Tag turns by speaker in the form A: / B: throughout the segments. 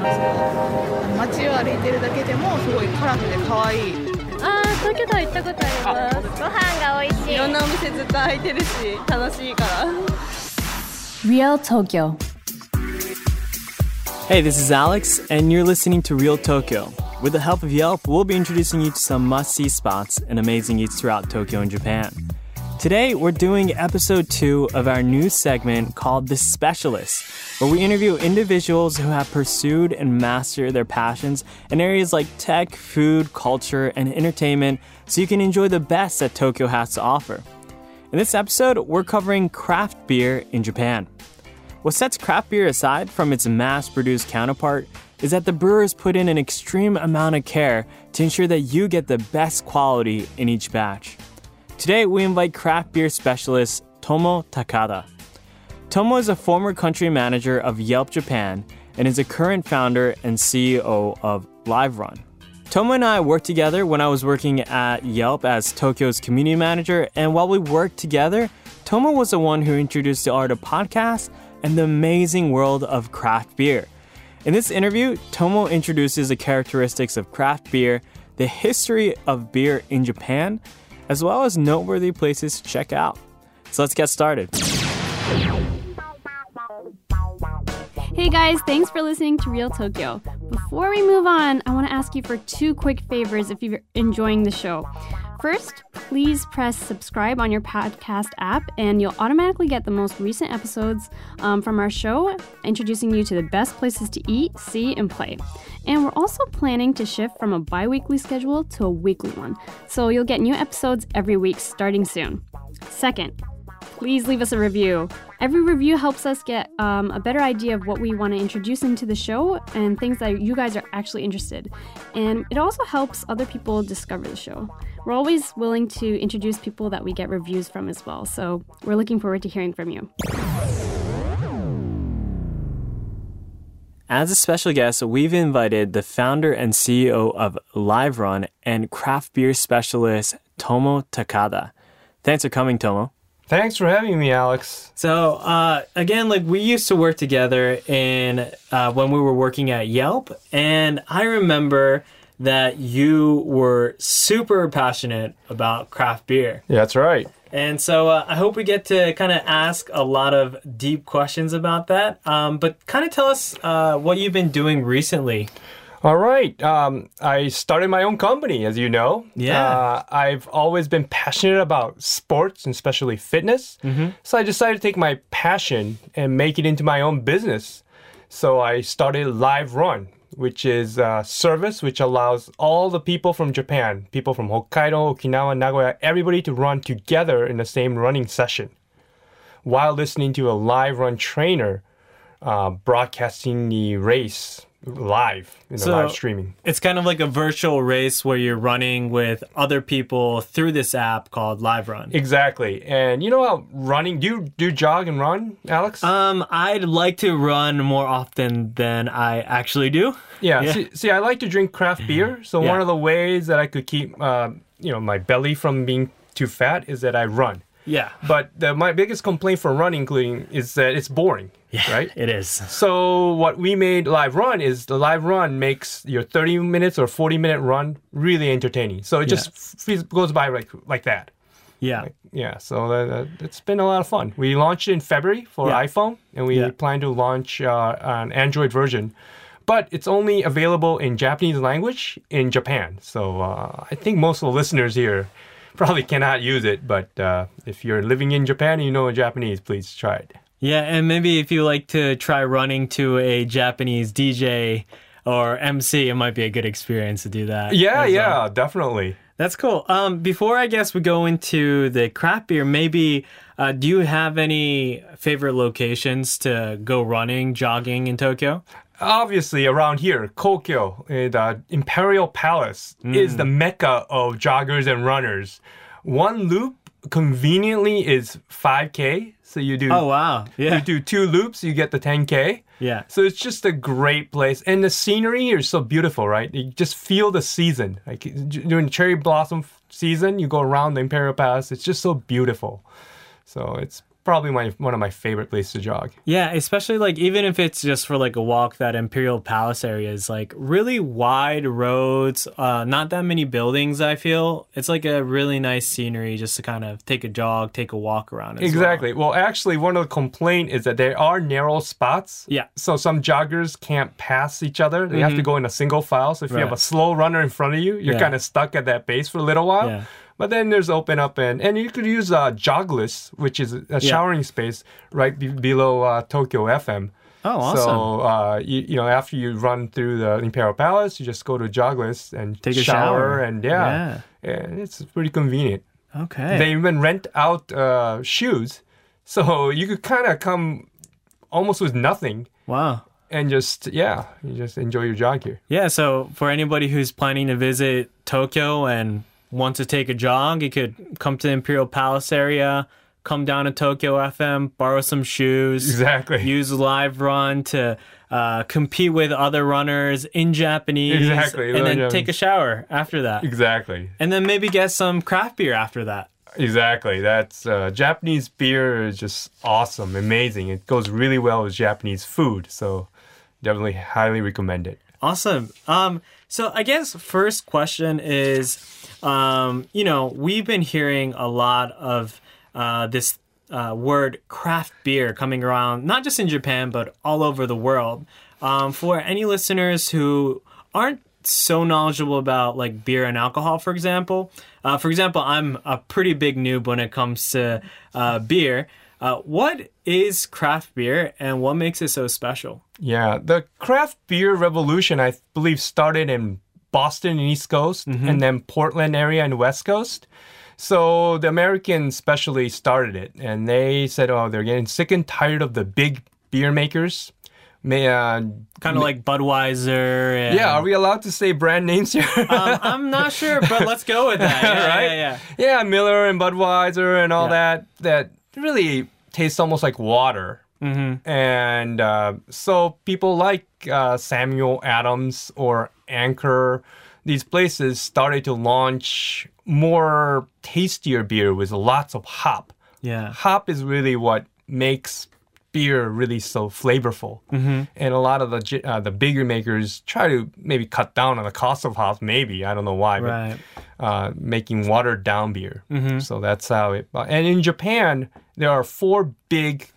A: 街を歩いてるだけでもすごいカラフルで可愛い
B: あー東京タワー行ったことありますご飯が美味しい
C: いろんなお店ずっと開いてるし楽しいから
D: Real Tokyo.
E: Hey, this is Alex, and you're listening to Real Tokyo. With the help of Yelp, we'll be introducing you to some must see spots and amazing eats throughout Tokyo and Japan. Today, we're doing episode two of our new segment called The Specialist, where we interview individuals who have pursued and mastered their passions in areas like tech, food, culture, and entertainment so you can enjoy the best that Tokyo has to offer. In this episode, we're covering craft beer in Japan. What sets craft beer aside from its mass produced counterpart is that the brewers put in an extreme amount of care to ensure that you get the best quality in each batch. Today, we invite craft beer specialist Tomo Takada. Tomo is a former country manager of Yelp Japan and is a current founder and CEO of LiveRun. Tomo and I worked together when I was working at Yelp as Tokyo's community manager, and while we worked together, Tomo was the one who introduced the art of podcasts and the amazing world of craft beer. In this interview, Tomo introduces the characteristics of craft beer, the history of beer in Japan, as well as noteworthy places to check out. So let's get started.
D: Hey guys, thanks for listening to Real Tokyo. Before we move on, I want to ask you for two quick favors if you're enjoying the show. First, please press subscribe on your podcast app, and you'll automatically get the most recent episodes um, from our show, introducing you to the best places to eat, see, and play. And we're also planning to shift from a bi weekly schedule to a weekly one, so you'll get new episodes every week starting soon. Second, please leave us a review. Every review helps us get um, a better idea of what we want to introduce into the show and things that you guys are actually interested. And it also helps other people discover the show. We're always willing to introduce people that we get reviews from as well. So we're looking forward to hearing from you.
E: As a special guest, we've invited the founder and CEO of LiveRun and craft beer specialist Tomo Takada. Thanks for coming, Tomo.
F: Thanks for having me, Alex.
E: So uh, again, like we used to work together in uh, when we were working at Yelp, and I remember that you were super passionate about craft beer.
F: Yeah, that's right.
E: And so uh, I hope we get to kind of ask a lot of deep questions about that. Um, but kind of tell us uh, what you've been doing recently.
F: All right. Um, I started my own company, as you know.
E: Yeah.
F: Uh, I've always been passionate about sports and especially fitness. So I decided to take my passion and make it into my own business. So I started Live Run, which is a service which allows all the people from Japan, people from Hokkaido, Okinawa, Nagoya, everybody to run together in the same running session while listening to a live run trainer uh, broadcasting the race live in the
E: So-
F: live streaming.
E: It's kind of like a virtual race where you're running with other people through this app called Live Run.
F: Exactly. And you know how running, do you do jog and run, Alex?
E: Um, I'd like to run more often than I actually do.
F: yeah.
E: yeah. Mm-hmm.
F: See, see, I like to drink craft beer. So
E: Yeah.
F: one of the ways that I could keep, uh, you know, my belly from being too fat is that I run.
E: Yeah,
F: But the, my biggest complaint for running, including, is that it's boring, right?
E: it is.
F: So what we made live run is the live run makes your 30 minutes or 40 minute run really entertaining. So it
E: Yeah.
F: just f- goes by like like that.
E: Yeah.
F: Yeah, so that, that, it's been a lot of fun. We launched in February for
E: Yeah.
F: iPhone, and we
E: Yeah.
F: plan to launch uh, an Android version, but it's only available in Japanese language in Japan. So uh, I think most of the listeners here probably cannot use it. But uh, if you're living in Japan and you know Japanese, please try it.
E: Yeah, and maybe if you like to try running to a Japanese DJ or MC, it might be a good experience to do that.
F: Yeah,
E: as well.
F: yeah, definitely.
E: That's cool. Um, before I guess we go into the craft beer, maybe uh, do you have any favorite locations to go running, jogging in Tokyo?
F: obviously around here, Kokyo, eh, the Imperial Palace,
E: Hmm.
F: is the mecca of joggers and runners. One loop conveniently is 5K. So you do
E: Oh wow! Yeah,
F: you do two loops, you get the 10K.
E: yeah,
F: So it's just a great place, and the scenery here is so beautiful, right? You just feel the season. Like j- during cherry blossom f- season, you go around the Imperial Palace. It's just so beautiful. So it's probably my one of my favorite places to jog.
E: Yeah, especially like even if it's just for like a walk, that Imperial Palace area is like really wide roads, uh, not that many buildings. I feel it's like a really nice scenery just to kind of take a jog, take a walk around. as well.
F: Exactly. Well, actually, one of the complaint is that there are narrow spots.
E: Yeah. Mm-hmm.
F: So some joggers can't pass each other. They have to go in a single file. So if you have a
E: Right.
F: slow runner in front of you, you're
E: Yeah.
F: kind of stuck at that base for a little while.
E: Yeah.
F: But then there's open up and and you could use uh, jogless, which is a showering space right be- below uh, Tokyo FM.
E: Oh, awesome.
F: So uh, you, you know after you run through the Imperial Palace, you just go to jogless and
E: Take a shower.
F: and yeah, and it's pretty convenient
E: Okay.
F: they even rent out uh, shoes so you could kind of come almost with nothing
E: wow.
F: and just yeah you just enjoy your jog here
E: Yeah. So for anybody who's planning to visit Tokyo and wants to take a jog, you could come to the Imperial Palace area, come down to Tokyo FM, borrow some shoes.
F: Exactly.
E: Use Live Run to uh, compete with other runners in Japanese.
F: Exactly,
E: And then
F: learn
E: take a shower after that.
F: exactly
E: And then maybe get some craft beer after that.
F: exactly that's uh, japanese beer is just awesome amazing it goes really well with japanese food so definitely highly recommend it
E: Awesome. Um, so I guess first question is, um, you know, we've been hearing a lot of uh, this uh, word craft beer coming around, not just in Japan but all over the world. Um, for any listeners who aren't so knowledgeable about like beer and alcohol, for example, uh, for example, I'm a pretty big noob when it comes to uh, beer. Uh, what is craft beer, and what makes it so special?
F: Yeah, the craft beer revolution, I believe, started in Boston and East Coast, and then Portland area and West Coast. So the Americans especially started it, and they said, "Oh, they're getting sick and tired of the big beer makers." May, uh,
E: Kind of like Budweiser. And
F: yeah, are we allowed to say brand names here?
E: Um, I'm not sure, but let's go with that. Yeah,
F: right?
E: Yeah, yeah.
F: Yeah, Miller and Budweiser and all
E: Yeah.
F: that that really tastes almost like water. Mm-hmm. And uh, so people like uh, Samuel Adams or Anchor, these places started to launch more tastier beer with lots of hop.
E: Yeah.
F: Hop is really what makes beer really so flavorful. Mm-hmm. And a lot of the gi- uh, the bigger makers try to maybe cut down on the cost of hops. Maybe I don't know why, but
E: Right. Mm-hmm.
F: uh, making watered down beer. So that's how it. And in Japan, there are four big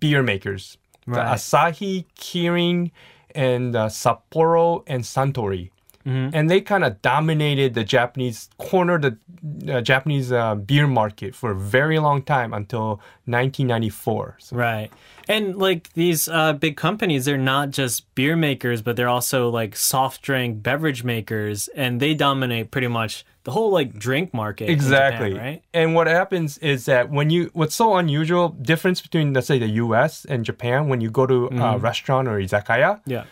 F: beer makers: the
E: Right.
F: Asahi, Kirin, and uh, Sapporo and Santori.
E: Mm-hmm.
F: And they kind of dominated the Japanese corner, the uh, Japanese uh, beer market for a very long time until 1994. So
E: Right. And like these uh, big companies, they're not just beer makers, but they're also like soft drink beverage makers, and they dominate pretty much the whole like drink market. in Japan,
F: exactly
E: right.
F: and what happens is that when you what's so unusual difference between let's say the us and japan when you go to a restaurant or izakaya
E: Mm-hmm. Yeah.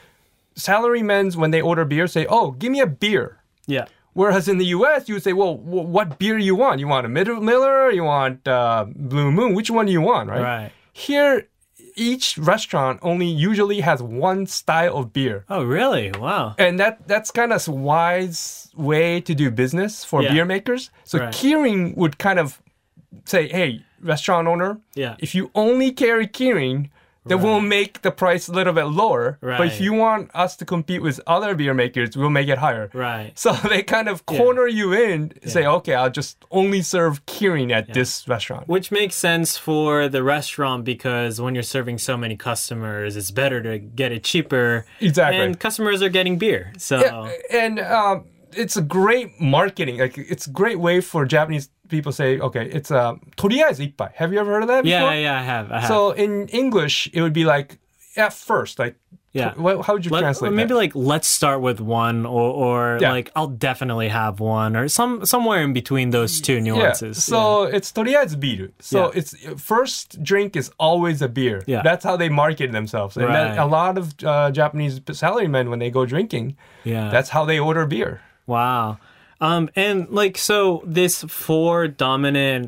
F: salarymen when they order beer say oh give me a beer
E: Yeah.
F: whereas in the us you would say well w- what beer you want you want a Mid- miller you want uh, blue moon which one do you want right
E: Right.
F: here each restaurant only usually has one style of beer
E: Oh, really? Wow.
F: and that that's kind of a wise way to do business for
E: Yeah.
F: beer makers. So
E: Right.
F: Kirin would kind of say, "Hey, restaurant owner,
E: Yeah.
F: if you only carry Kirin, then we'll make the price a little bit lower. But
E: Right.
F: if you want us to compete with other beer makers, we'll make it higher."
E: Right.
F: So they kind of corner you in, say, "Okay, I'll just only serve Kirin at this restaurant."
E: Which makes sense for the restaurant because when you're serving so many customers, it's better to get it cheaper.
F: Exactly.
E: And customers are getting beer. So,
F: Yeah, and um, it's a great marketing. Like it's a great way for Japanese people say, okay, it's a toriyazu ippai. Have you ever heard of that?
E: yeah, yeah,
F: before?
E: yeah, I have. I have.
F: So in English, it would be like at first, like
E: Yeah.
F: to- wha- how would you
E: Let-
F: translate?
E: maybe
F: that?
E: like let's start with one or, or
F: Yeah.
E: like I'll definitely have one or some somewhere in between those two
F: yeah.
E: nuances.
F: So it's toriyazu beer. So
E: Yeah.
F: it's first drink is always a beer.
E: Yeah.
F: That's how they market themselves. And that-
E: Right.
F: a lot of uh, Japanese salarymen when they go drinking,
E: Yeah.
F: that's how they order beer.
E: wow. Um and like so this four dominant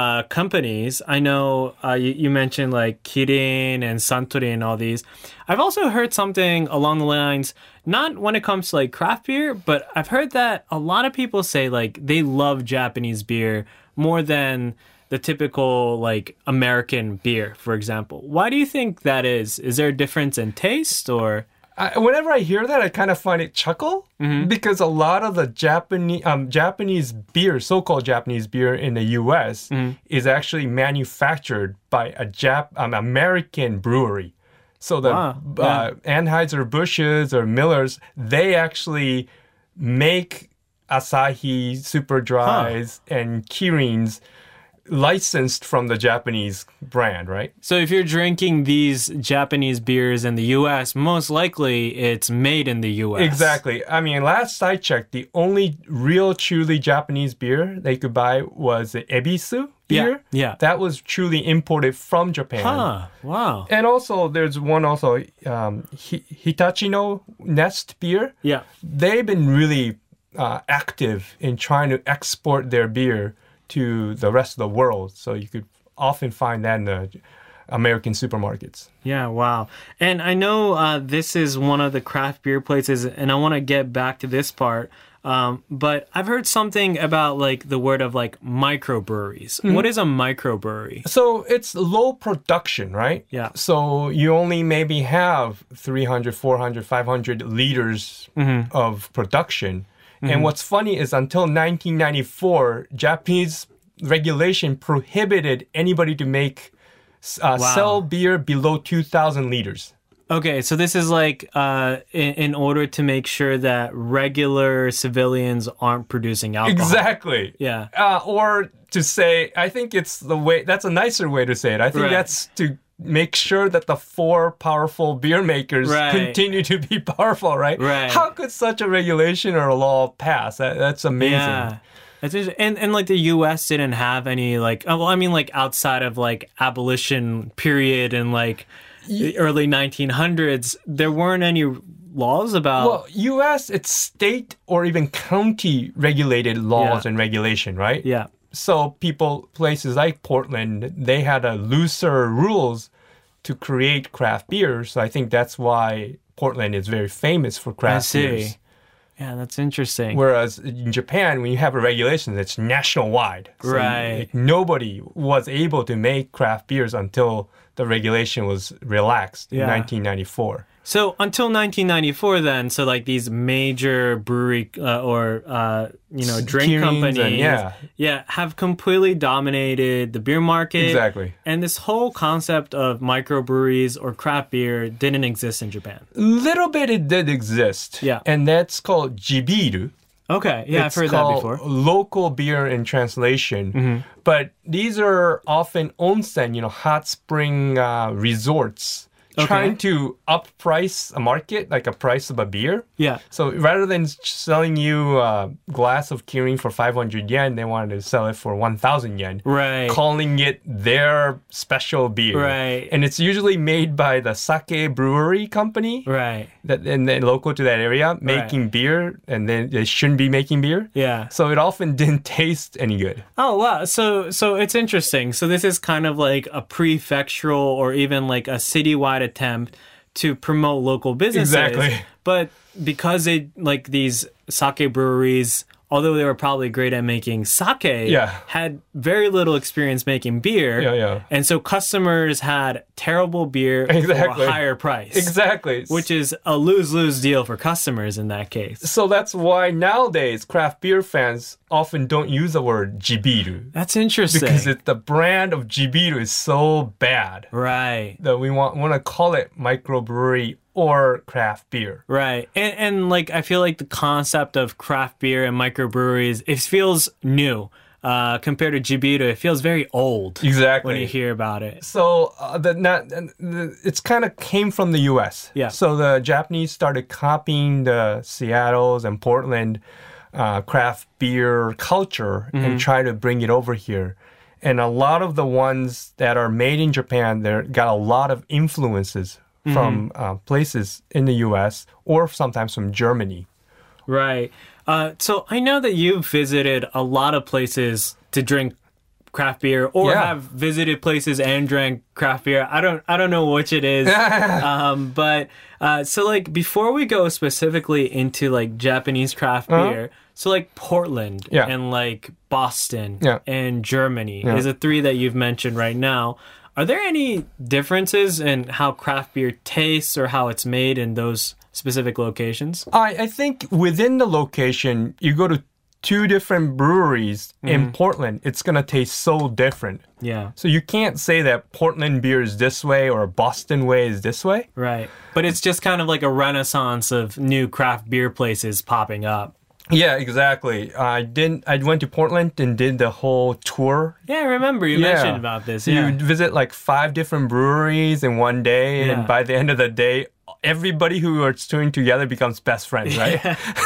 E: uh, companies. I know uh, you, you mentioned like Kirin and Santori and all these. I've also heard something along the lines, not when it comes to like craft beer, but I've heard that a lot of people say like they love Japanese beer more than the typical like American beer, for example. Why do you think that is? Is there a difference in taste or
F: I, whenever I hear that, I kind of find it chuckle because a lot of the Japanese um, Japanese beer, so-called Japanese beer in the U.S., is actually manufactured by a Jap um, American brewery. So the
E: Ah,
F: uh, Anheuser Busches or Millers, they actually make Asahi, Super Dries, and Kirins licensed from the Japanese brand, right?
E: so if you're drinking these Japanese beers in the US, most likely it's made in the US.
F: Exactly. I mean, last I checked, the only real truly Japanese beer they could buy was the Ebisu
E: Yeah,
F: beer.
E: yeah.
F: That was truly imported from Japan.
E: Huh. Wow.
F: And also, there's one also um, Hi- Hitachi no Nest beer.
E: Yeah.
F: They've been really uh, active in trying to export their beer to the rest of the world. So you could often find that in the American supermarkets.
E: Yeah, wow. And I know uh, this is one of the craft beer places, and I want to get back to this part. Um, but I've heard something about like the word of like microbreweries.
F: Mm-hmm.
E: What is a microbrewery?
F: So it's low production, right?
E: Yeah.
F: So you only maybe have 300, 400, 500 liters of production. And what's funny is until 1994, Japanese regulation prohibited anybody to make uh, sell beer below 2,000 liters.
E: Okay, so this is like uh, in, in order to make sure that regular civilians aren't producing alcohol.
F: Exactly.
E: Yeah.
F: Uh, or to say, I think it's the way. That's a nicer way to say it. I think
E: Right.
F: that's to make sure that the four powerful beer makers
E: Right.
F: continue to be powerful. Right.
E: Right.
F: How could such a regulation or a law pass? That, that's amazing.
E: Yeah. That's just, and and like the U.S. didn't have any like oh, well I mean like outside of like abolition period and like the early 1900s there weren't any laws about
F: Well, U.S. it's state or even county regulated laws
E: Yeah.
F: and regulation, right?
E: yeah
F: So people, places like Portland, they had a looser rules to create craft beer. So I think that's why Portland is very famous for
E: I
F: craft
E: see
F: beers.
E: yeah that's interesting
F: Whereas in Japan, when you have a regulation that's nationwide, So,
E: Right.
F: like, nobody was able to make craft beers until the regulation was relaxed
E: Yeah.
F: in 1994.
E: so until 1994 then so like these major brewery uh, or uh, you know drink
F: Kirin's and-
E: companies
F: yeah.
E: yeah have completely dominated the beer market
F: Exactly.
E: and this whole concept of microbreweries or craft beer didn't exist in Japan.
F: Little bit it did exist,
E: Yeah.
F: and that's called jibiru.
E: Okay, yeah,
F: It's
E: I've heard that
F: called
E: before. Mm-hmm.
F: Local beer in translation, but these are often onsen, you know, hot spring uh, resorts, trying to up price a market, like a price of a beer.
E: Yeah.
F: So rather than s- selling you a glass of Kirin for 500 yen, they wanted to sell it for 1,000 yen.
E: Right.
F: Calling it their special beer.
E: Right.
F: And it's usually made by the sake brewery company
E: Right.
F: that and then local to that area making beer, and then they shouldn't be making beer.
E: Yeah.
F: So it often didn't taste any good.
E: Oh wow. So so it's interesting. So this is kind of like a prefectural or even like a citywide attempt to promote local businesses.
F: Exactly.
E: But because they like these sake breweries, although they were probably great at making sake,
F: Yeah.
E: had very little experience making beer.
F: Yeah, yeah.
E: And so customers had terrible beer
F: Exactly.
E: for a higher price.
F: Exactly.
E: Which is a lose lose deal for customers in that case.
F: so that's why nowadays craft beer fans often don't use the word jibiru.
E: That's interesting.
F: because it, the brand of Jibiru is so bad
E: right.
F: that we want want to call it microbrewery or craft beer.
E: Right. And and like I feel like the concept of craft beer and microbreweries it feels new. Uh compared to Jibiru, it feels very old
F: Exactly.
E: when you hear about it.
F: so uh, the, not, and the, it's kind of came from the U.S.
E: Yeah.
F: So the Japanese started copying the Seattle's and Portland uh, craft beer culture and try to bring it over here. And a lot of the ones that are made in Japan, they got a lot of influences from uh, places in the U.S. or sometimes from Germany.
E: Right. Uh so I know that you've visited a lot of places to drink craft beer or
F: Yeah.
E: have visited places and drank craft beer. I don't I don't know which it is. um, but uh, so like before we go specifically into like Japanese craft beer, so like Portland
F: Uh-huh. Yeah.
E: and like Boston
F: Yeah.
E: and Germany is the three that you've mentioned right now. Are there any differences in how craft beer tastes or how it's made in those specific locations?
F: I, I think within the location, you go to two different breweries in Portland, it's going to taste so different.
E: Yeah.
F: So you can't say that Portland beer is this way or Boston way is this way.
E: Right. But it's just kind of like a renaissance of new craft beer places popping up.
F: Yeah, exactly. I didn't. I went to Portland and did the whole tour.
E: Yeah, I remember you mentioned about this. Yeah.
F: You visit like five different breweries in one day,
E: Yeah.
F: and by the end of the day, everybody who are touring together becomes best friends, right?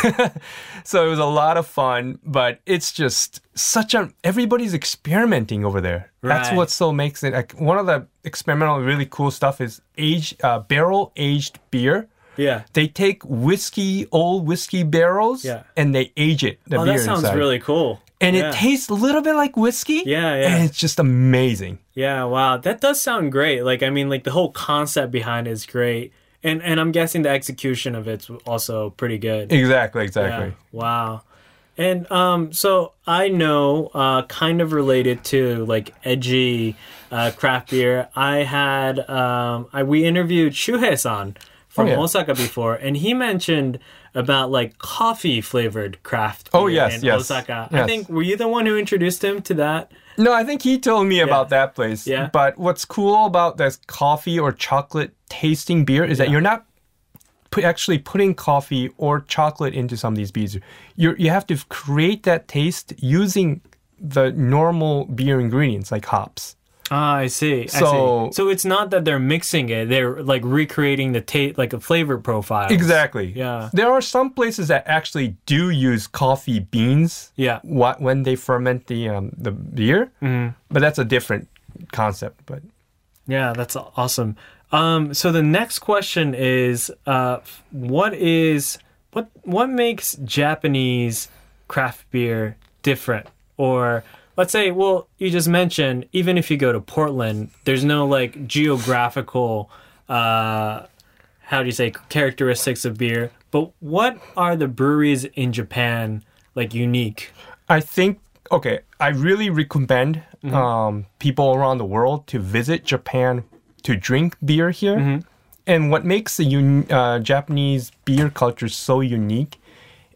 F: so it was a lot of fun, but it's just such a everybody's experimenting over there. That's
E: Right.
F: what so makes it. Like, one of the experimental, really cool stuff is age uh, barrel aged beer.
E: yeah.
F: They take whiskey, old whiskey barrels,
E: Yeah.
F: and they age it. The
E: Oh,
F: beer
E: that sounds
F: inside.
E: really cool.
F: And
E: Yeah.
F: it tastes a little bit like whiskey.
E: Yeah, yeah.
F: And it's just amazing.
E: Yeah, wow. That does sound great. Like I mean like the whole concept behind it is great. And and I'm guessing the execution of it's also pretty good.
F: Exactly,
E: Yeah.
F: exactly.
E: Wow. And um, so I know, uh, kind of related to like edgy uh, craft beer. I had um, I, we interviewed Shuhei-san from
F: Oh, yeah.
E: Osaka before, and he mentioned about like coffee flavored craft.
F: Oh,
E: beer
F: yes,
E: in
F: yes,
E: Osaka. I
F: yes.
E: think were you the one who introduced him to that?
F: No, I think he told me about that place.
E: Yeah.
F: But what's cool about this coffee or chocolate tasting beer is that you're not put, actually putting coffee or chocolate into some of these beers. You you have to create that taste using the normal beer ingredients like hops.
E: Ah, I see. I
F: So-
E: see. so it's not that they're mixing it; they're like recreating the taste, like a flavor profile.
F: Exactly.
E: Yeah.
F: There are some places that actually do use coffee beans.
E: Yeah. Mm-hmm.
F: What when they ferment the um, the beer, mm but that's a different concept. But
E: Yeah, that's aw- awesome. Um, so the next question is, uh, f- what is what what makes Japanese craft beer different? Or let's say, well, you just mentioned even if you go to Portland, there's no like geographical, uh, how do you say characteristics of beer? But what are the breweries in Japan like unique?
F: I think okay, I really recommend um, people around the world to visit Japan to drink beer here. And what makes the un- uh, Japanese beer culture so unique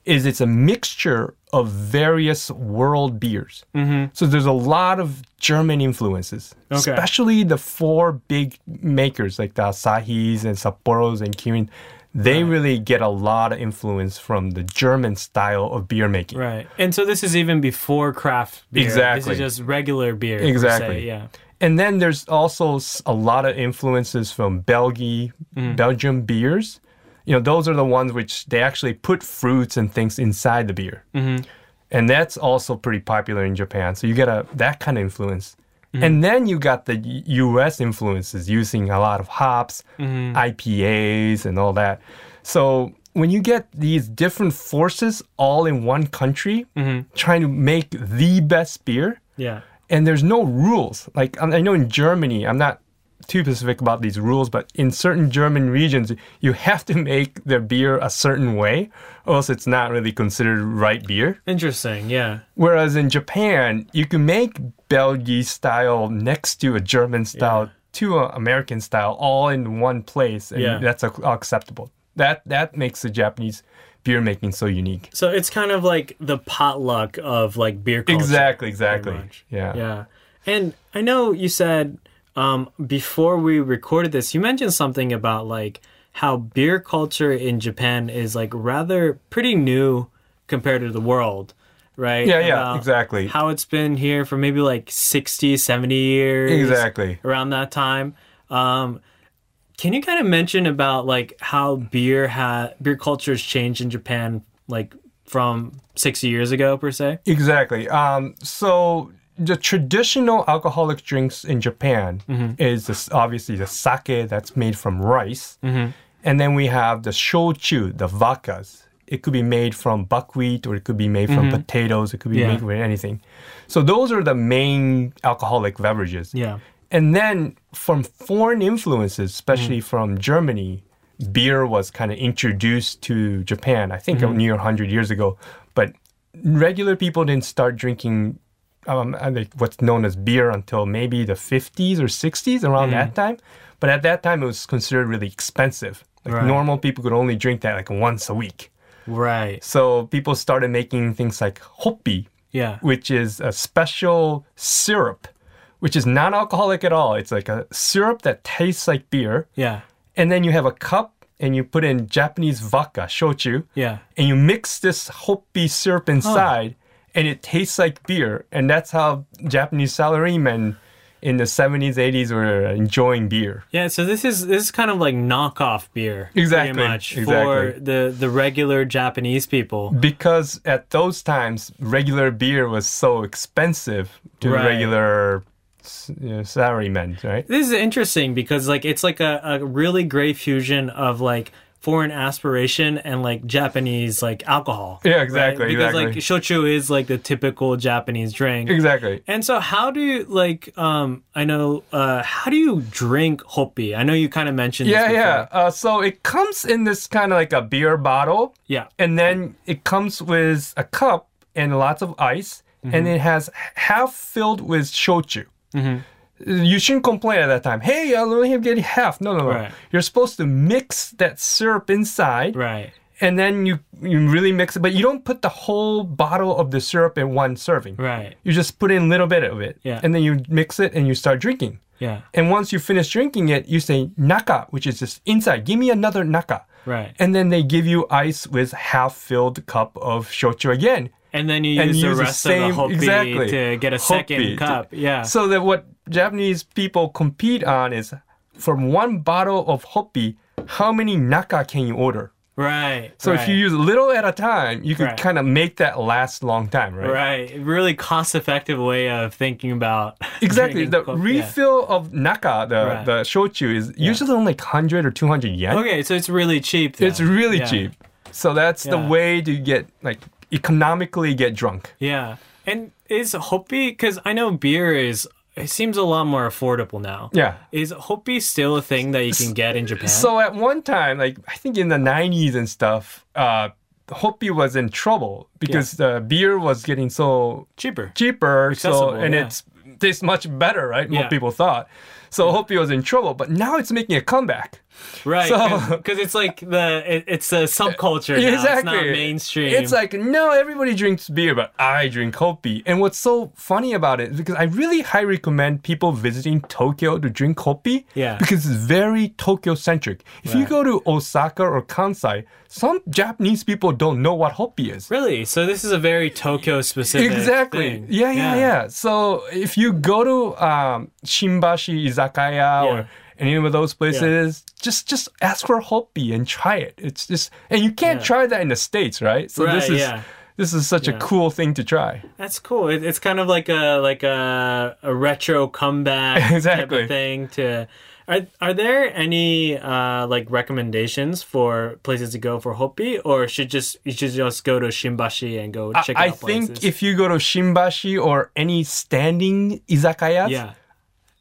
F: is it's a mixture of various world beers. So there's a lot of German influences,
E: Okay.
F: especially the four big makers like the Asahis and Sapporos and Kirin. They really get a lot of influence from the German style of beer making.
E: Right, and so this is even before craft beer.
F: Exactly.
E: this is just regular beer. per se,
F: Exactly.
E: Yeah.
F: And then there's also s- a lot of influences from Belgi, Belgium beers. You know, those are the ones which they actually put fruits and things inside the beer. And that's also pretty popular in Japan. So you get a that kind of influence. And then you got the U- US influences using a lot of hops, IPAs and all that. So when you get these different forces all in one country trying to make the best beer,
E: Yeah.
F: and there's no rules. Like I I know in Germany, I'm not too specific about these rules, but in certain German regions, you have to make their beer a certain way, or else it's not really considered right beer.
E: Interesting. Yeah.
F: Whereas in Japan, you can make Belgian style next to a German style to an American style all in one place, and
E: Yeah.
F: that's ac- acceptable. That that makes the Japanese beer making so unique.
E: So it's kind of like the potluck of like beer culture. pretty
F: Exactly, exactly.
E: much.
F: Yeah.
E: Yeah. And I know you said um, before we recorded this, you mentioned something about like how beer culture in Japan is like rather pretty new compared to the world, right?
F: Yeah, yeah,
E: About
F: exactly.
E: How it's been here for maybe like 60, 70 years.
F: Exactly.
E: around that time. Um, can you kind of mention about like how beer ha- beer culture has changed in Japan, like from sixty years ago per se?
F: Exactly. Um, so the traditional alcoholic drinks in Japan
E: Mm-hmm.
F: is this, obviously the
E: Mm-hmm.
F: sake that's made from rice, and then we have the shochu, the vodkas, it could be made from buckwheat or it could be made from potatoes. It could be
E: Mm-hmm. Yeah.
F: made with anything. So those are the main alcoholic beverages.
E: Yeah.
F: And then from foreign influences, especially from Germany, beer was kind of introduced to Japan, I think near 100 years ago. But regular people didn't start drinking um, uh, like what's known as beer until maybe the 50s or 60s, around that time. But at that time, it was considered really expensive. Like
E: Right.
F: normal people could only drink that like once a week.
E: Right.
F: So people started making things like hopi,
E: Yeah.
F: which is a special syrup, which is non alcoholic at all. It's like a syrup that tastes like beer.
E: Yeah.
F: And then you have a cup and you put in Japanese vodka, shochu.
E: Yeah.
F: And you mix this hopi syrup inside and it tastes like beer. And that's how Japanese salarymen in the 70s, 80s were enjoying beer.
E: Yeah, so this is this is kind of like knockoff beer,
F: Exactly,
E: pretty much
F: exactly.
E: for the the regular Japanese people.
F: Because at those times, regular beer was so expensive to
E: Right.
F: regular you know, salarymen, right?
E: This is interesting because like it's like a, a really great fusion of like foreign aspiration and like Japanese like alcohol.
F: Yeah, exactly,
E: Because like
F: exactly.
E: shochu is like the typical Japanese drink.
F: Exactly.
E: And so, how do you like? Um, I know. Uh, how do you drink hopi? I know you kind of mentioned.
F: Yeah,
E: this
F: yeah.
E: before.
F: Uh, so it comes in this kind of like a beer bottle,
E: yeah,
F: and then it comes with a cup and lots of ice,
E: Mm-hmm.
F: and it has half filled with shochu. You shouldn't complain at that time. Hey, I only have getting half. No, no, no.
E: Right.
F: You're supposed to mix that syrup inside,
E: right.
F: and then you you really mix it, but you don't put the whole bottle of the syrup in one serving.
E: Right.
F: You just put in a little bit of it,
E: Yeah.
F: and then you mix it and you start drinking.
E: Yeah.
F: And once you finish drinking it, you say naka, which is just inside. Give me another naka.
E: Right.
F: And then they give you ice with half-filled cup of shochu again.
E: And then you
F: And
E: use
F: you
E: the
F: use the
E: rest of
F: same-
E: the hopi
F: exactly.
E: to get a
F: Hopi.
E: second cup. Yeah.
F: So that what Japanese people compete on is from one bottle of hopi, how many naka can you order?
E: right.
F: So if you
E: right,
F: use a little at a time, you could
E: Right.
F: kind of make that last long time, right?
E: right, really cost-effective way of thinking about
F: Exactly.
E: drinking
F: The
E: hopi, yeah.
F: refill of naka, the,
E: Right.
F: the shochu, is usually only like 100 or 200 yen.
E: Okay, so it's really cheap.
F: It's
E: then.
F: really
E: Yeah.
F: cheap. So that's the
E: Yeah.
F: way to get like economically get drunk.
E: Yeah. And is hopi? Because I know beer is. It seems a lot more affordable now.
F: Yeah.
E: Is hopi still a thing that you can get in Japan?
F: So at one time, like I think in the 90s and stuff, uh, Hopi was in trouble because the beer was getting so
E: cheaper.
F: cheaper, so
E: Accessible,
F: and
E: yeah.
F: it's tastes much better, right? More
E: Yeah.
F: people thought. So Hopi was in trouble, but now it's making a comeback.
E: Right,
F: So-
E: because it's like the it, it's a subculture now. It's not mainstream.
F: It's like no, everybody drinks beer, but I drink kopi. And what's so funny about it is because I really high recommend people visiting Tokyo to drink kopi.
E: Yeah.
F: because it's very Tokyo centric. If you go to Osaka or Kansai, some Japanese people don't know what hopi is.
E: really. So this is a very Tokyo specific.
F: Exactly.
E: thing.
F: Yeah, yeah, yeah, So if you go to um, Shinbashi Izakaya or any of those places, just just ask for hopi and try it. It's just and you can't try that in the states, right? So this
E: Right,
F: is
E: yeah.
F: this is such a
E: Yeah.
F: cool thing to try.
E: That's cool. It, it's kind of like a like a, a retro comeback type
F: Exactly.
E: of thing. To are are there any uh, like recommendations for places to go for hopi, or should just you should just go to Shimbashi and go
F: I-
E: check
F: I
E: out places?
F: think if you go to Shinbashi or any standing izakayas,
E: yeah,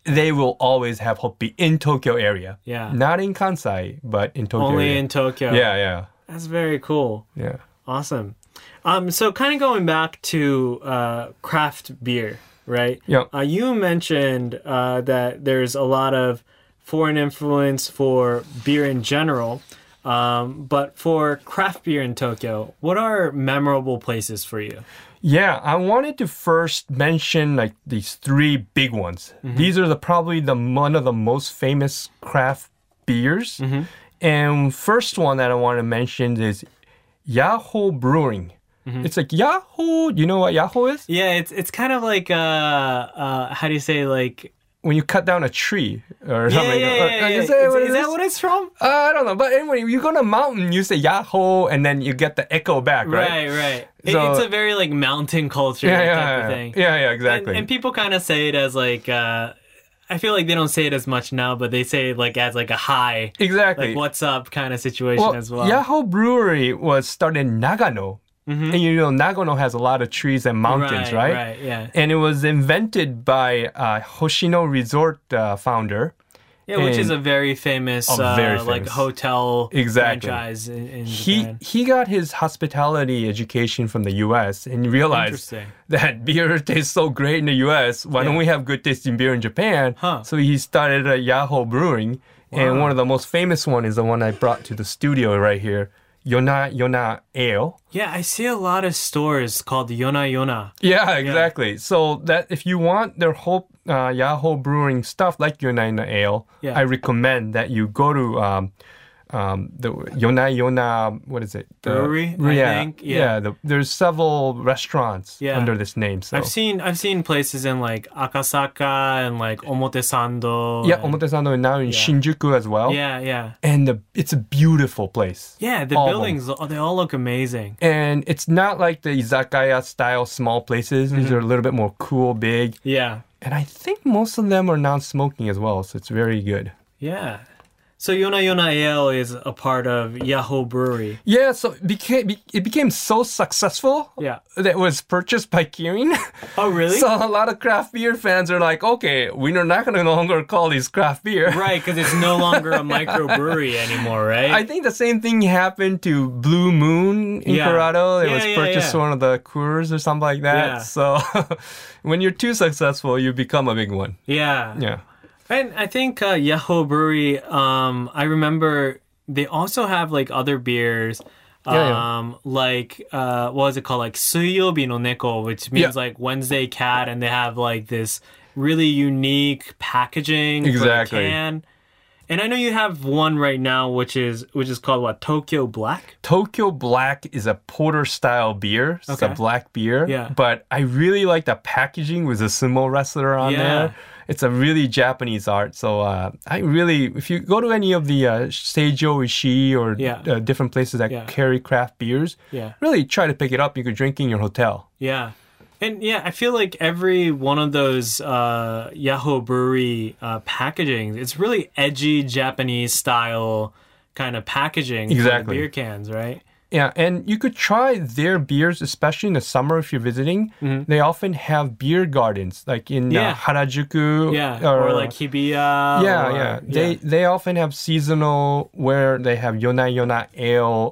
F: they will always have hopi in Tokyo area.
E: Yeah.
F: Not in Kansai, but in Tokyo.
E: only
F: area.
E: in Tokyo.
F: Yeah, yeah.
E: that's very cool.
F: Yeah.
E: Awesome. Um, so kind of going back to uh, craft beer, right?
F: Yep.
E: Uh, you mentioned uh, that there's a lot of foreign influence for beer in general, um, but for craft beer in Tokyo, what are memorable places for you?
F: Yeah, I wanted to first mention like these three big ones.
E: Mm-hmm.
F: These are the probably the one of the most famous craft beers.
E: Mm-hmm.
F: And first one that I want to mention is Yahoo Brewing.
E: Mm-hmm.
F: It's like Yahoo. You know what Yahoo is?
E: Yeah, it's it's kind of like uh, uh, how do you say like
F: When you cut down a tree or
E: yeah, yeah,
F: something.
E: yeah,
F: Uh,
E: yeah, yeah.
F: Is
E: Is,
F: that what it
E: is
F: is?
E: that what it's from?
F: Uh, I don't know, but anyway, you go to mountain, you say Yahoo, and then you get the echo back, right?
E: Right, right. It-
F: So-
E: it's a very like mountain culture
F: Yeah, yeah,
E: type of
F: yeah,
E: thing.
F: yeah, yeah, exactly.
E: And, and people kind of say it as like uh, I feel like they don't say it as much now, but they say it like as like a hi,
F: Exactly.
E: like what's up kind of situation as well.
F: Yahoo Brewery was started in Nagano. And you know, Nagano has a lot of trees and mountains,
E: Mm-hmm. Right,
F: right?
E: right, yeah.
F: And it was invented by uh, Hoshino Resort uh, founder.
E: Yeah, which is
F: And-
E: a very famous,
F: Oh,
E: uh,
F: very
E: like
F: famous.
E: hotel
F: Exactly.
E: franchise in, in
F: He
E: Japan.
F: he got his hospitality education from the U.S. and realized
E: Interesting.
F: that beer tastes so great in the U.S. Why don't
E: Yeah.
F: we have good tasting beer in Japan?
E: Huh.
F: So he started a Yahoo Brewing, and one of the most famous one is the one I brought to the studio right here, Yona Yona Ale.
E: Yeah, I see a lot of stores called Yona Yona.
F: Yeah, exactly. So that if you want their whole uh, Yahoo Brewing stuff like Yonai Ale,
E: Yeah.
F: I recommend that you go to um, um, the Yonai Yona. What is it? The-
E: Brewery, I
F: yeah,
E: think. Yeah.
F: yeah. the, there's several restaurants
E: Yeah.
F: under this name. So
E: I've seen I've seen places in like Akasaka and like Omotesando.
F: yeah,
E: and-
F: Omotesando and now in Shinjuku as well.
E: Yeah, yeah,
F: and the, it's a beautiful place.
E: yeah. The
F: All of 'em.
E: buildings, oh, they all look amazing.
F: And it's not like the izakaya style small places. These
E: Mm-hmm.
F: are a little bit more cool, big.
E: Yeah,
F: And I think most of them are non smoking as well. So it's very good.
E: yeah. So Yona Yona Ale is a part of Yahoo Brewery.
F: Yeah, so it became be- it became so successful
E: Yeah.
F: that it was purchased by Kirin.
E: Oh, really?
F: so a lot of craft beer fans are like, okay, we're not gonna no longer call these craft beer.
E: right, because it's no longer a microbrewery anymore, right?
F: I think the same thing happened to Blue Moon in
E: Yeah.
F: Colorado. It
E: Yeah,
F: was
E: yeah,
F: purchased
E: yeah.
F: one of the Coors or something like that.
E: Yeah.
F: So when you're too successful, you become a big one.
E: yeah.
F: Yeah.
E: And I think uh, Yahoo Brewery, um, I remember they also have like other beers. Um,
F: Yeah, yeah.
E: like, uh, what is it called? Like, Suyobi no Neko, which means
F: Yeah.
E: like Wednesday cat. And they have like this really unique packaging. for the
F: Exactly.
E: can. And I know you have one right now, which is, which is called what? Tokyo Black?
F: Tokyo Black is a porter style beer. It's
E: Okay.
F: a black beer.
E: Yeah.
F: But I really like the packaging with a sumo wrestler on
E: Yeah.
F: there. It's a really Japanese art. So uh, I really, if you go to any of the uh, Seijo Ishii or
E: Yeah.
F: uh, different places that
E: Yeah.
F: carry craft beers,
E: Yeah.
F: really try to pick it up. You could drink in your hotel.
E: Yeah. And yeah, I feel like every one of those uh, Yahoo Brewery uh, packaging, it's really edgy Japanese style kind of packaging for the
F: Exactly.
E: beer cans, right?
F: Yeah, and you could try their beers, especially in the summer if you're visiting. They often have beer gardens, like in
E: Mm-hmm. Yeah.
F: uh, Harajuku.
E: Yeah. Or, like Hibiya.
F: uh, Yeah,
E: or-
F: yeah. They they often have seasonal where they have yona yona ale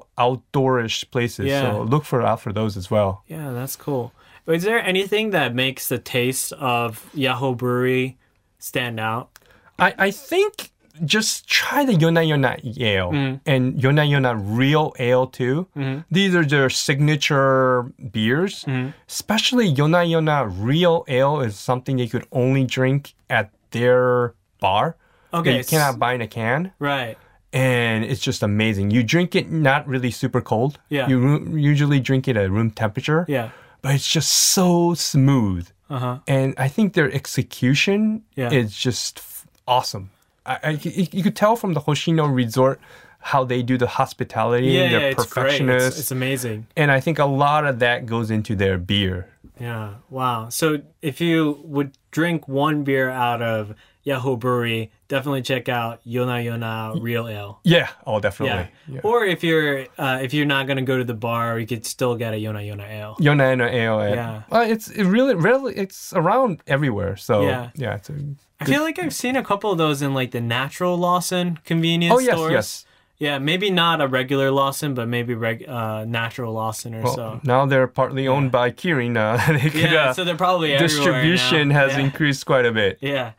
F: outdoorish places.
E: Yeah.
F: So look for out for those as well.
E: yeah, that's cool. Is there anything that makes the taste of Yahoo Brewery stand out?
F: I, I think just try the yona yona ale
E: Mm.
F: and yona yona real ale too.
E: Mm-hmm.
F: These are their signature beers. Especially yona yona real ale is something they could only drink at their bar.
E: Okay,
F: That you
E: s-
F: cannot buy in a can.
E: Right.
F: and it's just amazing. You drink it not really super cold.
E: Yeah.
F: You ru- usually drink it at room temperature.
E: Yeah.
F: But it's just so smooth.
E: Uh huh.
F: And I think their execution
E: Yeah.
F: is just f- awesome. I, I, you you could tell from the Hoshino Resort how they do the hospitality.
E: Yeah, yeah,
F: they're
E: it's great.
F: perfectionists.
E: It's, it's amazing.
F: and I think a lot of that goes into their beer.
E: Yeah. Wow. So if you would drink one beer out of Yahoo Brewery, definitely check out Yona Yona Real Ale.
F: Yeah. Oh,
E: Yeah.
F: definitely. Yeah.
E: Or if you're uh, if you're not gonna go to the bar, you could still get a Yona Yona Ale.
F: Yona and AOA.
E: Yeah.
F: Well, it's it really, really, it's around everywhere. So,
E: Yeah.
F: yeah it's a
E: I feel like I've seen a couple of those in like the natural Lawson convenience
F: Oh, yes,
E: stores.
F: yes.
E: Yeah, maybe not a regular Lawson, but maybe reg- uh, natural Lawson or
F: Well,
E: so.
F: now they're partly owned by Kirin. Uh, they could,
E: Yeah,
F: uh,
E: so they're probably everywhere now.
F: distribution has
E: Yeah.
F: increased quite a bit.
E: Yeah,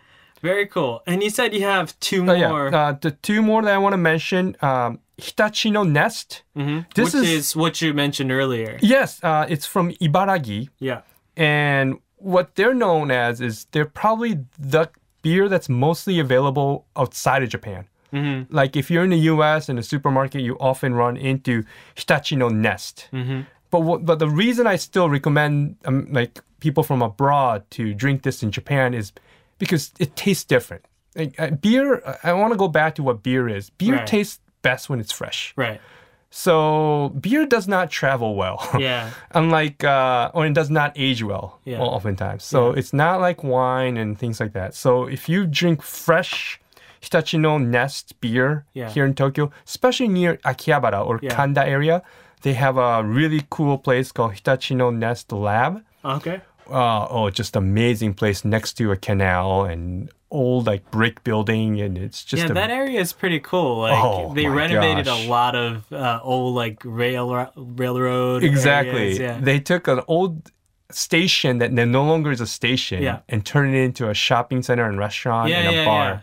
E: very cool. And you said you have two
F: Oh,
E: more.
F: yeah. Uh, the two more that I want to mention um, Hitachi no Nest. This
E: Mm-hmm. which
F: is,
E: is what you mentioned earlier.
F: yes, uh, it's from Ibaragi.
E: Yeah.
F: And what they're known as is they're probably the beer that's mostly available outside of Japan.
E: Mm-hmm.
F: Like if you're in the U.S. in a supermarket, you often run into Hitachi no Nest.
E: Mm-hmm.
F: But what, but the reason I still recommend um, like people from abroad to drink this in Japan is because it tastes different. Like, uh, beer, I want to go back to what beer is. Beer
E: Right.
F: tastes best when it's fresh.
E: Right.
F: So beer does not travel well.
E: Yeah.
F: Unlike, uh, or it does not age well
E: Yeah.
F: oftentimes. So it's not like wine and things like that. So if you drink fresh Hitachi no Nest beer
E: Yeah.
F: here in Tokyo, especially near Akihabara or
E: Yeah.
F: Kanda area, they have a really cool place called Hitachi no Nest Lab
E: Okay.
F: uh, oh, just amazing place next to a canal and old like brick building, and it's just
E: yeah,
F: a,
E: that area is pretty cool. Like
F: Oh,
E: they
F: my
E: renovated
F: gosh.
E: a lot of uh, old like rail railroad.
F: exactly.
E: areas, yeah.
F: They took an old station that no longer is a station
E: Yeah.
F: and turned it into a shopping center and restaurant
E: Yeah,
F: and a
E: yeah,
F: bar.
E: yeah.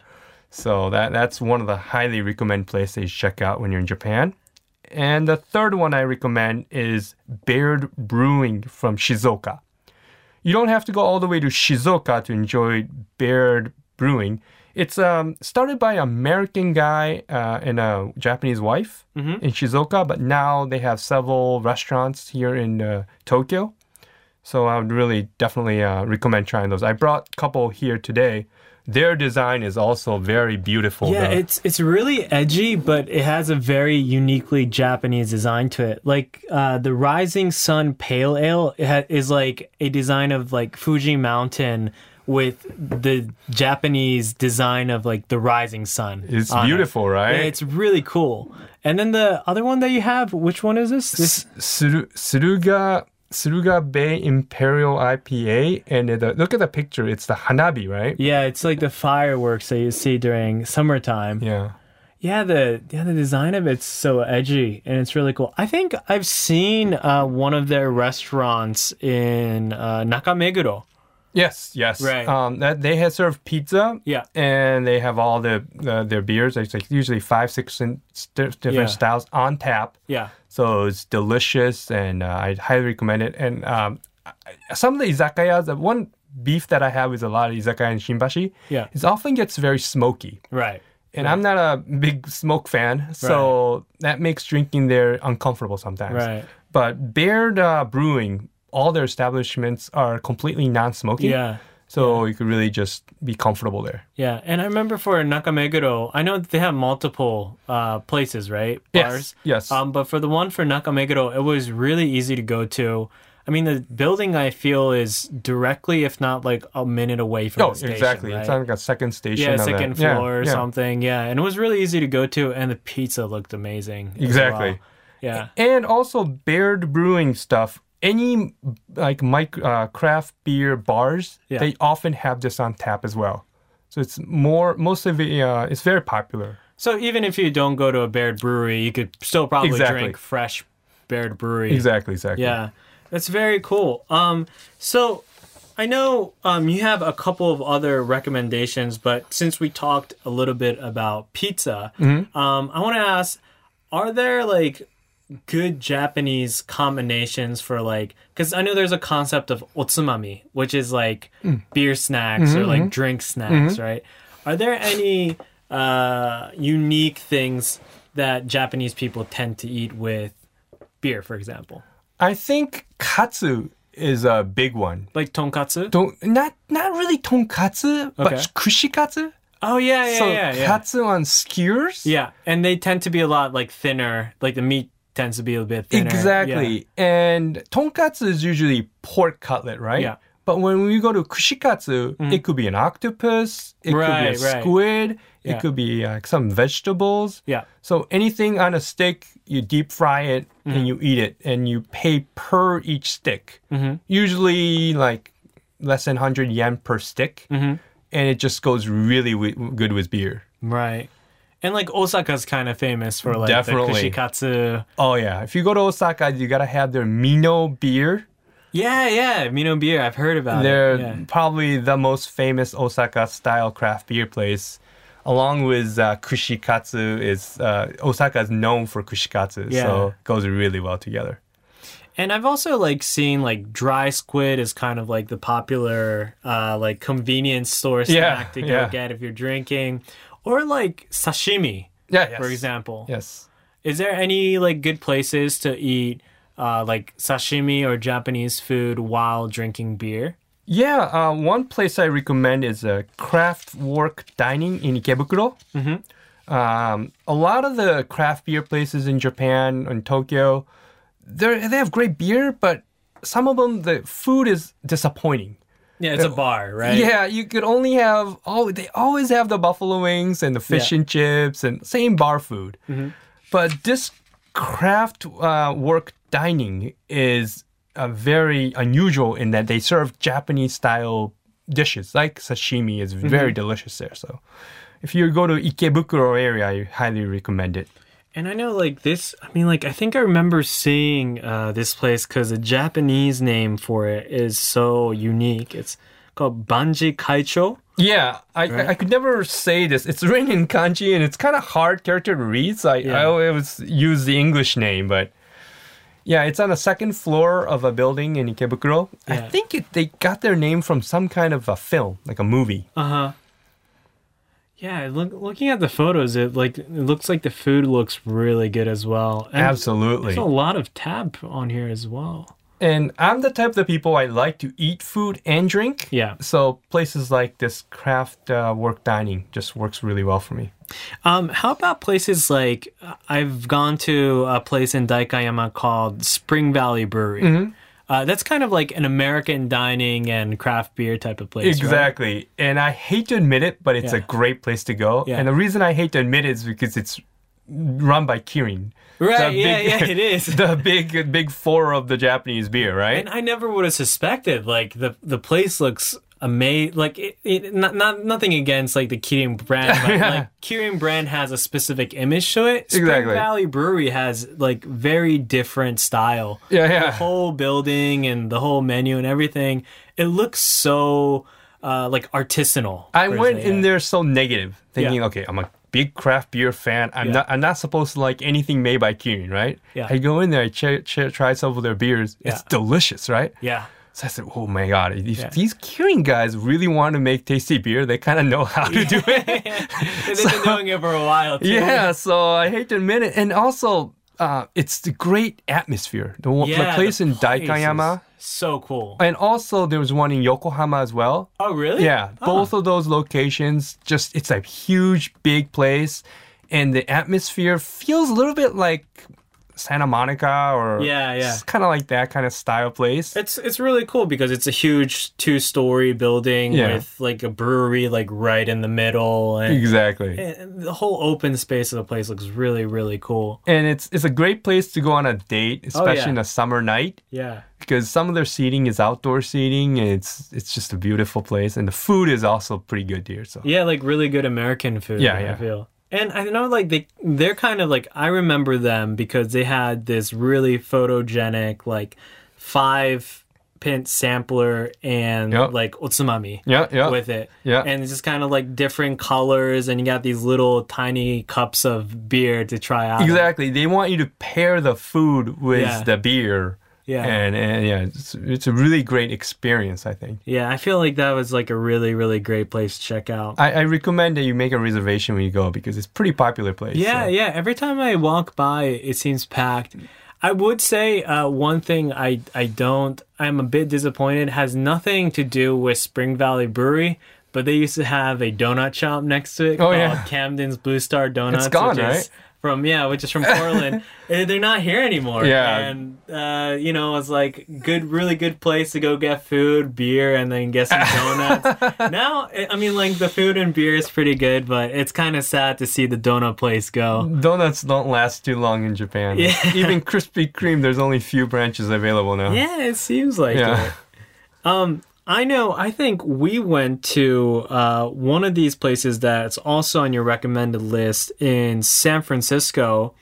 F: So that that's one of the highly recommend places to check out when you're in Japan. And the third one I recommend is Baird Brewing from Shizuoka. You don't have to go all the way to Shizuoka to enjoy Baird Brewing. It's um, started by an American guy uh, and a Japanese wife
E: Mm-hmm.
F: in Shizuoka, but now they have several restaurants here in uh, Tokyo. So I would really definitely uh, recommend trying those. I brought a couple here today. Their design is also very beautiful.
E: Yeah,
F: The-
E: it's it's really edgy, but it has a very uniquely Japanese design to it. Like uh, the Rising Sun Pale Ale it ha- is like a design of like Fuji Mountain with the Japanese design of like the rising sun.
F: It's
E: on it.
F: beautiful, right?
E: Yeah, It's really cool. And then the other one that you have, which one is this? This
F: S- Suru- Suruga Suruga Bay Imperial IPA, and the, look at the picture. It's the Hanabi, right?
E: yeah, it's like the fireworks that you see during summertime.
F: Yeah.
E: Yeah, the yeah the design of it's so edgy and it's really cool. I think I've seen uh, one of their restaurants in uh, Nakameguro.
F: Yes, yes.
E: Right.
F: Um, that they have served pizza.
E: Yeah.
F: And they have all the uh, their beers. It's like usually five, six in- st- different
E: Yeah.
F: styles on tap.
E: Yeah,
F: So it's delicious, and uh, I highly recommend it. And um, I- some of the izakayas, the one beef that I have with a lot of izakaya in Shinbashi,
E: Yeah.
F: is often gets very smoky.
E: right.
F: And I'm not a big smoke fan, so that makes drinking there uncomfortable sometimes.
E: Right.
F: But Baird uh, Brewing, all their establishments are completely non-smoking.
E: Yeah.
F: So you could really just be comfortable there.
E: Yeah, and I remember for Nakameguro, I know they have multiple uh, places, right?
F: Yes, yes.
E: Um, but for the one for Nakameguro, it was really easy to go to. I mean, the building I feel is directly, if not like a minute away from
F: Oh,
E: the station.
F: exactly. It's
E: right?
F: on like a second station.
E: yeah,
F: on the-
E: second
F: yeah,
E: floor or
F: yeah.
E: something. Yeah, and it was really easy to go to, and the pizza looked amazing. as
F: Exactly.
E: well. Yeah.
F: And also Baird Brewing stuff. Any like mic uh, craft beer bars,
E: Yeah.
F: they often have this on tap as well. So it's more mostly uh, it's very popular.
E: So even if you don't go to a Baird brewery, you could still probably
F: Exactly.
E: drink fresh Baird brewery.
F: Exactly, exactly.
E: Yeah, that's very cool. Um, so I know um, you have a couple of other recommendations, but since we talked a little bit about pizza, um, I want to ask: Are there like good Japanese combinations for like? Because I know there's a concept of otsumami, which is like beer snacks or like drink snacks, right? Are there any uh, unique things that Japanese people tend to eat with beer, for example?
F: I think katsu is a big one.
E: like tonkatsu.
F: Don't not not really tonkatsu, but
E: Okay.
F: kushikatsu.
E: oh yeah, yeah,
F: so
E: yeah, yeah.
F: katsu on skewers.
E: yeah, and they tend to be a lot like thinner. Like the meat tends to be a bit thinner.
F: Exactly. And tonkatsu is usually pork cutlet, right?
E: Yeah. Mm-hmm.
F: But when we go to kushikatsu, it could be an octopus, it
E: Right,
F: could be a
E: right.
F: squid,
E: Yeah.
F: it could be like some vegetables.
E: Yeah.
F: So anything on a stick, you deep fry it
E: Mm-hmm.
F: and you eat it, and you pay per each stick.
E: Mm-hmm.
F: Usually, like less than 100 yen per stick.
E: Mm-hmm.
F: And it just goes really wi- good with beer.
E: Yeah. Right. And like Osaka's kind of famous for like
F: Definitely.
E: the kushikatsu.
F: Oh, yeah. If you go to Osaka, you gotta have their Mino beer.
E: Yeah, yeah, Mino beer. I've heard about
F: They're
E: it. Yeah.
F: probably the most famous Osaka style craft beer place. Along with uh, Kushikatsu, is uh, Osaka is known for Kushikatsu, so
E: Yeah.
F: it goes really well together.
E: And I've also like seen like dry squid is kind of like the popular uh like convenience store snack
F: Yeah,
E: to go
F: yeah.
E: get if you're drinking, or like sashimi,
F: Yeah, yes.
E: for example.
F: Yes.
E: Is there any like good places to eat uh, like sashimi or Japanese food while drinking beer?
F: Yeah, uh, one place I recommend is uh, Craft Work Dining in Ikebukuro. Mm-hmm. Um, a lot of the craft beer places in Japan and Tokyo, they they have great beer, but some of them the food is disappointing.
E: Yeah, it's a bar, right?
F: Uh, Yeah, you could only have oh they always have the buffalo wings and the fish
E: Yeah. Mm-hmm.
F: and chips and same bar food, but this craft uh, work dining is uh, very unusual in that they serve Japanese style dishes like sashimi is
E: Mm-hmm.
F: very delicious there. So if you go to Ikebukuro area, I highly recommend it.
E: And I know, like, this, I mean, like, I think I remember seeing uh, this place because the Japanese name for it is so unique. It's called Banji Kaicho.
F: Yeah, I, I I could never say this. It's written in kanji and it's kind of hard character to read, so I, I
E: Yeah.
F: always use the English name. But yeah, it's on the second floor of a building in Ikebukuro. I
E: Yeah.
F: think it, they got their name from some kind of a film, like a movie.
E: Uh huh. Yeah, look, looking at the photos, it like it looks like the food looks really good as well. And
F: Absolutely.
E: There's a lot of tab on here as well.
F: And I'm the type of the people I like to eat food and drink.
E: Yeah.
F: So places like this craft uh, work dining just works really well for me.
E: Um, how about places like uh, I've gone to a place in Daikayama called Spring Valley Brewery. Uh, that's kind of like an American dining and craft beer type of place. right?
F: Exactly. And I hate to admit it, but it's a
E: Yeah.
F: great place to go.
E: Yeah.
F: And the reason I hate to admit it is because it's run by Kirin.
E: Right,
F: The
E: yeah,
F: big-
E: yeah, it is.
F: The big big four of the Japanese beer, right?
E: And I never would have suspected. Like the the place looks amazing. Like it, it, not, not nothing against like the Kirin brand, but like Kirin brand has a specific image to it. Spring
F: Exactly.
E: Valley Brewery has like very different style.
F: Yeah, yeah.
E: The whole building and the whole menu and everything. It looks so uh, like artisanal. uh,
F: I
E: per
F: went
E: se.
F: in there so negative, thinking,
E: Yeah.
F: okay, I'm a big craft beer fan. I'm
E: Yeah.
F: not I'm not supposed to like anything made by Kirin, right?
E: Yeah.
F: I go in there, I ch- ch- try some of their beers. It's
E: Yeah.
F: delicious, right?
E: Yeah.
F: So I said, oh my God, if
E: Yeah.
F: these Kirin guys really want to make tasty beer, they kind of know how to do it.
E: They've been doing it for a while too.
F: Yeah, so I hate to admit it. And also, uh, it's the great atmosphere. The, one the
E: Yeah,
F: place in
E: place is
F: Daikayama.
E: So cool.
F: And also, there was one in Yokohama as well.
E: Oh, really?
F: Yeah, both of those locations, just it's a huge, big place. And the atmosphere feels a little bit like Santa Monica or
E: Yeah, yeah.
F: kind of like that kind of style place.
E: It's it's really cool because it's a huge two story building
F: Yeah.
E: with like a brewery like right in the middle and,
F: exactly.
E: and the whole open space of the place looks really really cool.
F: and it's it's a great place to go on a date, especially
E: Oh, yeah.
F: in a summer night,
E: Yeah.
F: because some of their seating is outdoor seating, and it's it's just a beautiful place, and the food is also pretty good here. So
E: Yeah, like really good American food.
F: Yeah,
E: Yeah,
F: yeah.
E: I feel. And I know like they they're kind of like I remember them because they had this really photogenic like five pint sampler and
F: Yep.
E: like otsumami
F: Yeah, yeah.
E: with it.
F: Yeah.
E: And it's just kind of like different colors and you got these little tiny cups of beer to try out.
F: exactly, they want you to pair the food
E: uh,
F: with
E: Yeah.
F: the beer.
E: Yeah.
F: and and yeah, it's, it's a really great experience. I think
E: Yeah, I feel like that was like a really really great place to check out.
F: I, I recommend that you make a reservation when you go because it's a pretty popular place.
E: Yeah,
F: so.
E: yeah. Every time I walk by, it seems packed. I would say uh, one thing I I don't I'm a bit disappointed has nothing to do with Spring Valley Brewery, but they used to have a donut shop next to it
F: Oh,
E: called
F: yeah.
E: Camden's Blue Star Donuts.
F: gone,
E: which is
F: right?
E: From yeah, which is from Portland. And They're not here anymore.
F: Yeah.
E: and uh, you know it's like good, really good place to go get food, beer, and then get some donuts. now, eh, I- I mean, like the food and beer is pretty good, but it's kind of sad to see the donut place go.
F: Donuts don't last too long in Japan.
E: Yeah.
F: Even Krispy Kreme, there's only few branches available now.
E: Yeah, it seems like
F: Yeah.
E: it. Um, I know. I think we went to uh, one of these places that's also on your recommended list in San Francisco,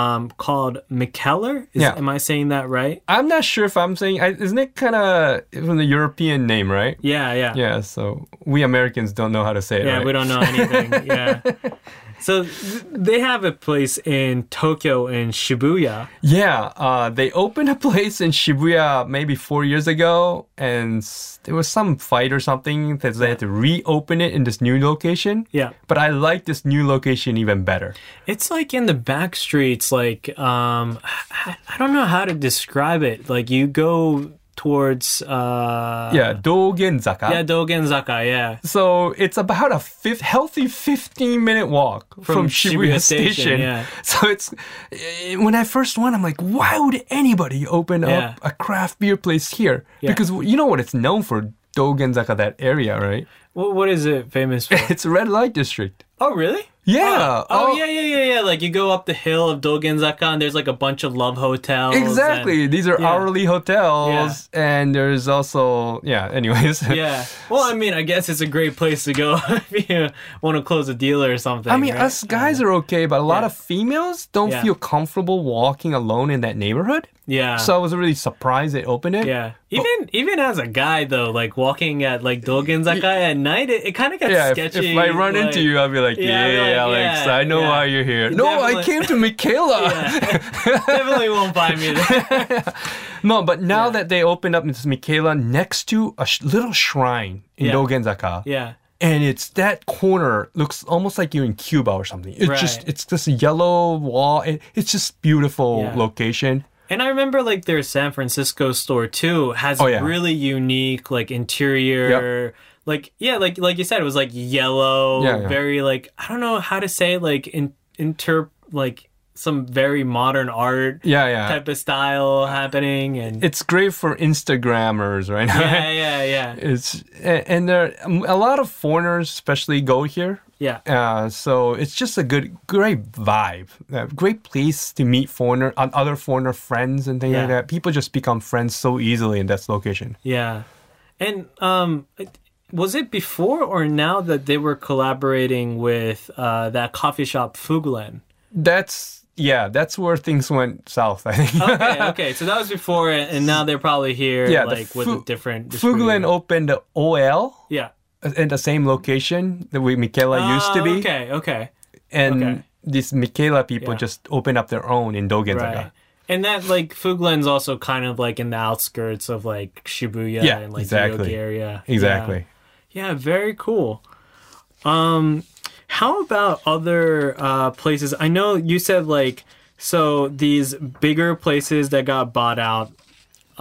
E: um, called McKellar. Is,
F: Yeah.
E: Am I saying that right?
F: I'm not sure if I'm saying, I, isn't it kind of from the European name, right?
E: Yeah, yeah,
F: Yeah, so we Americans don't know how to say it.
E: Yeah,
F: right?
E: we don't know anything. yeah. So th- they have a place in Tokyo in Shibuya.
F: Yeah, uh, they opened a place in Shibuya maybe four years ago, and s- there was some fight or something that they had to reopen it in this new location.
E: Yeah.
F: But I like this new location even better.
E: It's like in the back streets, like um I, I don't know how to describe it. Like you go towards uh
F: yeah, Dogenzaka.
E: yeah Dogenzaka yeah
F: So it's about a fifth, healthy 15 minute walk from, Shibuya,
E: Shibuya
F: Station.
E: Station, yeah.
F: So it's eh, when I first went, I'm like, why would anybody open
E: Yeah.
F: up a craft beer place here?
E: Yeah.
F: Because you know what it's known for, Dogenzaka, that area, right?
E: what, what is it famous for
F: It's a red light district.
E: oh really
F: Yeah.
E: Oh, yeah, yeah, yeah, yeah. Like you go up the hill of Dogenzaka, and there's like a bunch of love hotels. and-
F: Exactly. These are
E: Oh, yeah.
F: hourly hotels, and there's also yeah. Anyways,
E: Yeah. Well, I mean, I guess it's a great place to go if you want to close a deal or something.
F: I mean,
E: right?
F: us guys are okay, but a lot
E: Yeah.
F: of females don't
E: Yeah.
F: feel comfortable walking alone in that neighborhood.
E: Yeah.
F: So I was really surprised they opened it.
E: yeah. Even even as a guy though, like walking at like Dogenzaka at night, it, it kind of gets
F: Yeah, if, if
E: sketchy.
F: I run
E: like-
F: into you, I'll be like,
E: Yeah,
F: yeah,
E: I'll be like,
F: Alex,
E: yeah,
F: I know
E: yeah.
F: why you're here. No, I
E: Definitely.
F: came to Michaela.
E: Yeah. definitely won't buy me that.
F: No, but now that they opened up this Michaela next to a sh- little shrine in
E: Yeah.
F: Dogenzaka,
E: Yeah.
F: and it's that corner looks almost like you're in Cuba or something. It's just
E: Right.
F: it's this yellow wall. It, it's just beautiful
E: Yeah.
F: location.
E: And I remember like their San Francisco store too has
F: Oh, yeah.
E: really unique like interior like yeah like like you said it was like yellow
F: Yeah, yeah.
E: very like I don't know how to say like in, inter like some very modern art
F: Yeah, yeah.
E: type of style happening and
F: It's great for Instagrammers right now.
E: yeah yeah yeah
F: It's a- and there um, a lot of foreigners especially go here.
E: yeah
F: Uh, so it's just a good, great vibe, uh, great place to meet foreigner, uh, other foreigner friends and things like
E: Yeah.
F: that. People just become friends so easily in that location.
E: yeah and um it- was it before or now that they were collaborating with uh that coffee shop Fuglen
F: That's yeah, that's where things went south. I think.
E: okay, okay. So that was before, it, and now they're probably here,
F: Yeah, the
E: like with a
F: Fu-
E: different.
F: Fuglen
E: distributor.
F: opened the OL
E: Yeah.
F: in the same location that we Michaela used to
E: Ah,
F: be,
E: Okay, okay.
F: and
E: okay.
F: these Michaela people
E: Yeah.
F: just opened up their own in Dogenzaka.
E: Right. And that like Fuglen's also kind of like in the outskirts of like Shibuya
F: Yeah,
E: and like the
F: exactly.
E: Yogi area.
F: Exactly.
E: Yeah. Yeah, very cool. Um how about other uh places? I know you said like so these bigger places that got bought out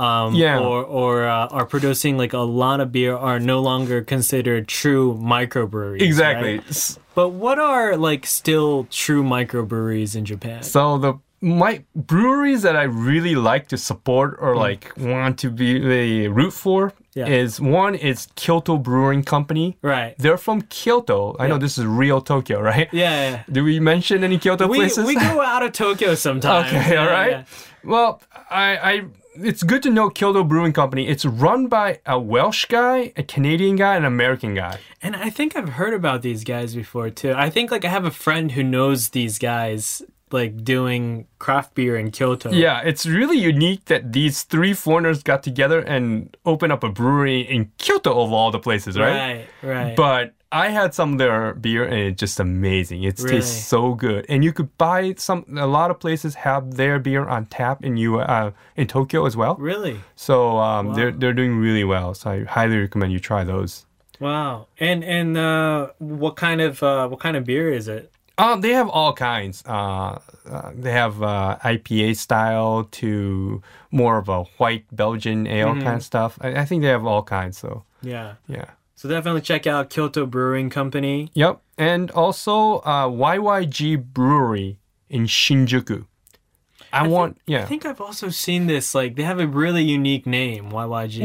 E: um
F: Yeah.
E: or or uh, are producing like a lot of beer are no longer considered true microbreweries.
F: Exactly.
E: right?
F: S-
E: But what are like still true microbreweries in Japan?
F: So the my breweries that I really like to support or like want to be really root for
E: Mm. Yeah.
F: is one is Kyoto Brewing Company.
E: right.
F: They're from Kyoto. I know
E: Yeah.
F: this is real Tokyo, right?
E: Yeah. yeah.
F: Do we mention any Kyoto
E: we,
F: places?
E: we go out of Tokyo sometimes.
F: okay,
E: Yeah,
F: all right.
E: yeah.
F: Well, I, I it's good to know Kyoto Brewing Company. It's run by a Welsh guy, a Canadian guy, and an American guy.
E: And I think I've heard about these guys before too. I think like I have a friend who knows these guys like doing craft beer in Kyoto.
F: Yeah, it's really unique that these three foreigners got together and opened up a brewery in Kyoto of all the places, right?
E: Right, right.
F: But I had some of their beer and it's just amazing. It
E: Really?
F: tastes so good. And you could buy some a lot of places have their beer on tap in you uh, in Tokyo as well.
E: really?
F: So um, they're
E: Wow.
F: they're doing really well. So I highly recommend you try those.
E: Wow. And and uh what kind of uh what kind of beer is it?
F: Um, they have all kinds. Uh, uh, they have uh, IPA style to more of a white Belgian ale
E: Mm-hmm.
F: kind of stuff. I, I think they have all kinds. So
E: Yeah.
F: yeah.
E: So definitely check out Kyoto Brewing Company.
F: Yep. And also uh, YYG Brewery in Shinjuku. I, want yeah.
E: I think I've also seen this like they have a really unique name, YYG.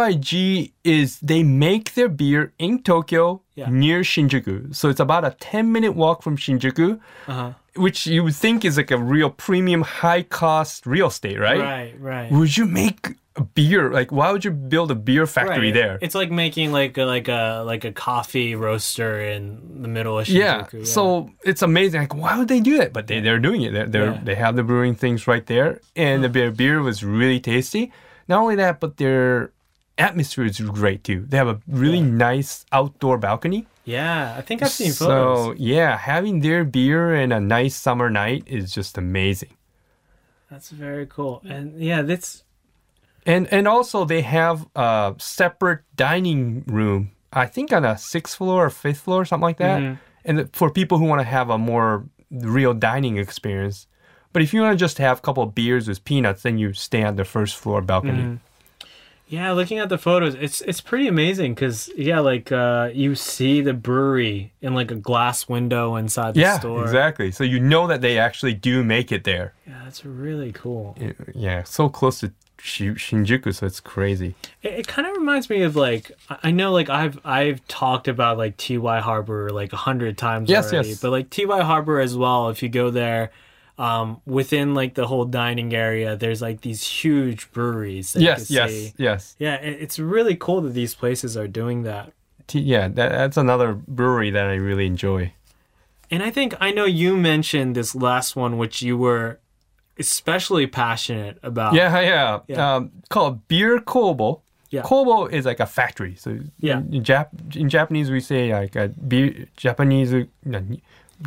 F: YYG is they make their beer in Tokyo
E: Yeah.
F: near Shinjuku. So it's about a 10 minute walk from Shinjuku,
E: Uh-huh.
F: which you would think is like a real premium, high cost real estate, right?
E: Right, right.
F: Would you make a beer? Like, why would you build a beer factory
E: Right.
F: there?
E: It's like making like a, like a like a coffee roaster in the middle of
F: yeah.
E: Shinjuku.
F: So it's amazing. Like, why would they do that? But they, they're doing it. They're, they're,
E: Yeah.
F: They have the brewing things right there. And the beer, beer was really tasty. Not only that, but their atmosphere is great too. They have a really nice outdoor balcony.
E: yeah, I think I've seen photos.
F: So, yeah, having their beer in a nice summer night is just amazing.
E: That's very cool. And yeah, that's
F: And and also they have a separate dining room. I think on a sixth floor or fifth floor, something like that.
E: Mm-hmm.
F: And for people who want to have a more real dining experience.
E: Mm-hmm.
F: But if you want to just have a couple of beers with peanuts, then you stay on the first floor balcony.
E: Yeah, looking at the photos, it's it's pretty amazing because yeah, like uh, you see the brewery in like a glass window inside the
F: yeah,
E: store.
F: exactly. So you know that they actually do make it there.
E: Yeah, that's really cool.
F: Yeah, Yeah, so close to Shi- Shinjuku, so it's crazy.
E: It, it kind of reminds me of like I I know like I've I've talked about like Ty Harbor like a hundred times
F: Yes,
E: already,
F: yes.
E: but like Ty Harbor as well. If you go there, um, within like the whole dining area, there's like these huge breweries. That
F: yes,
E: you
F: yes,
E: can see.
F: yes.
E: Yeah, it, it's really cool that these places are doing that.
F: T- yeah, that, that's another brewery that I really enjoy.
E: And I think I know you mentioned this last one, which you were especially passionate about.
F: Yeah, yeah.
E: Yeah.
F: Um, called beer kobo.
E: Yeah.
F: Kobo is like a factory. So
E: Yeah.
F: in, in, Jap- in Japanese we say like a beer, Japanese uh,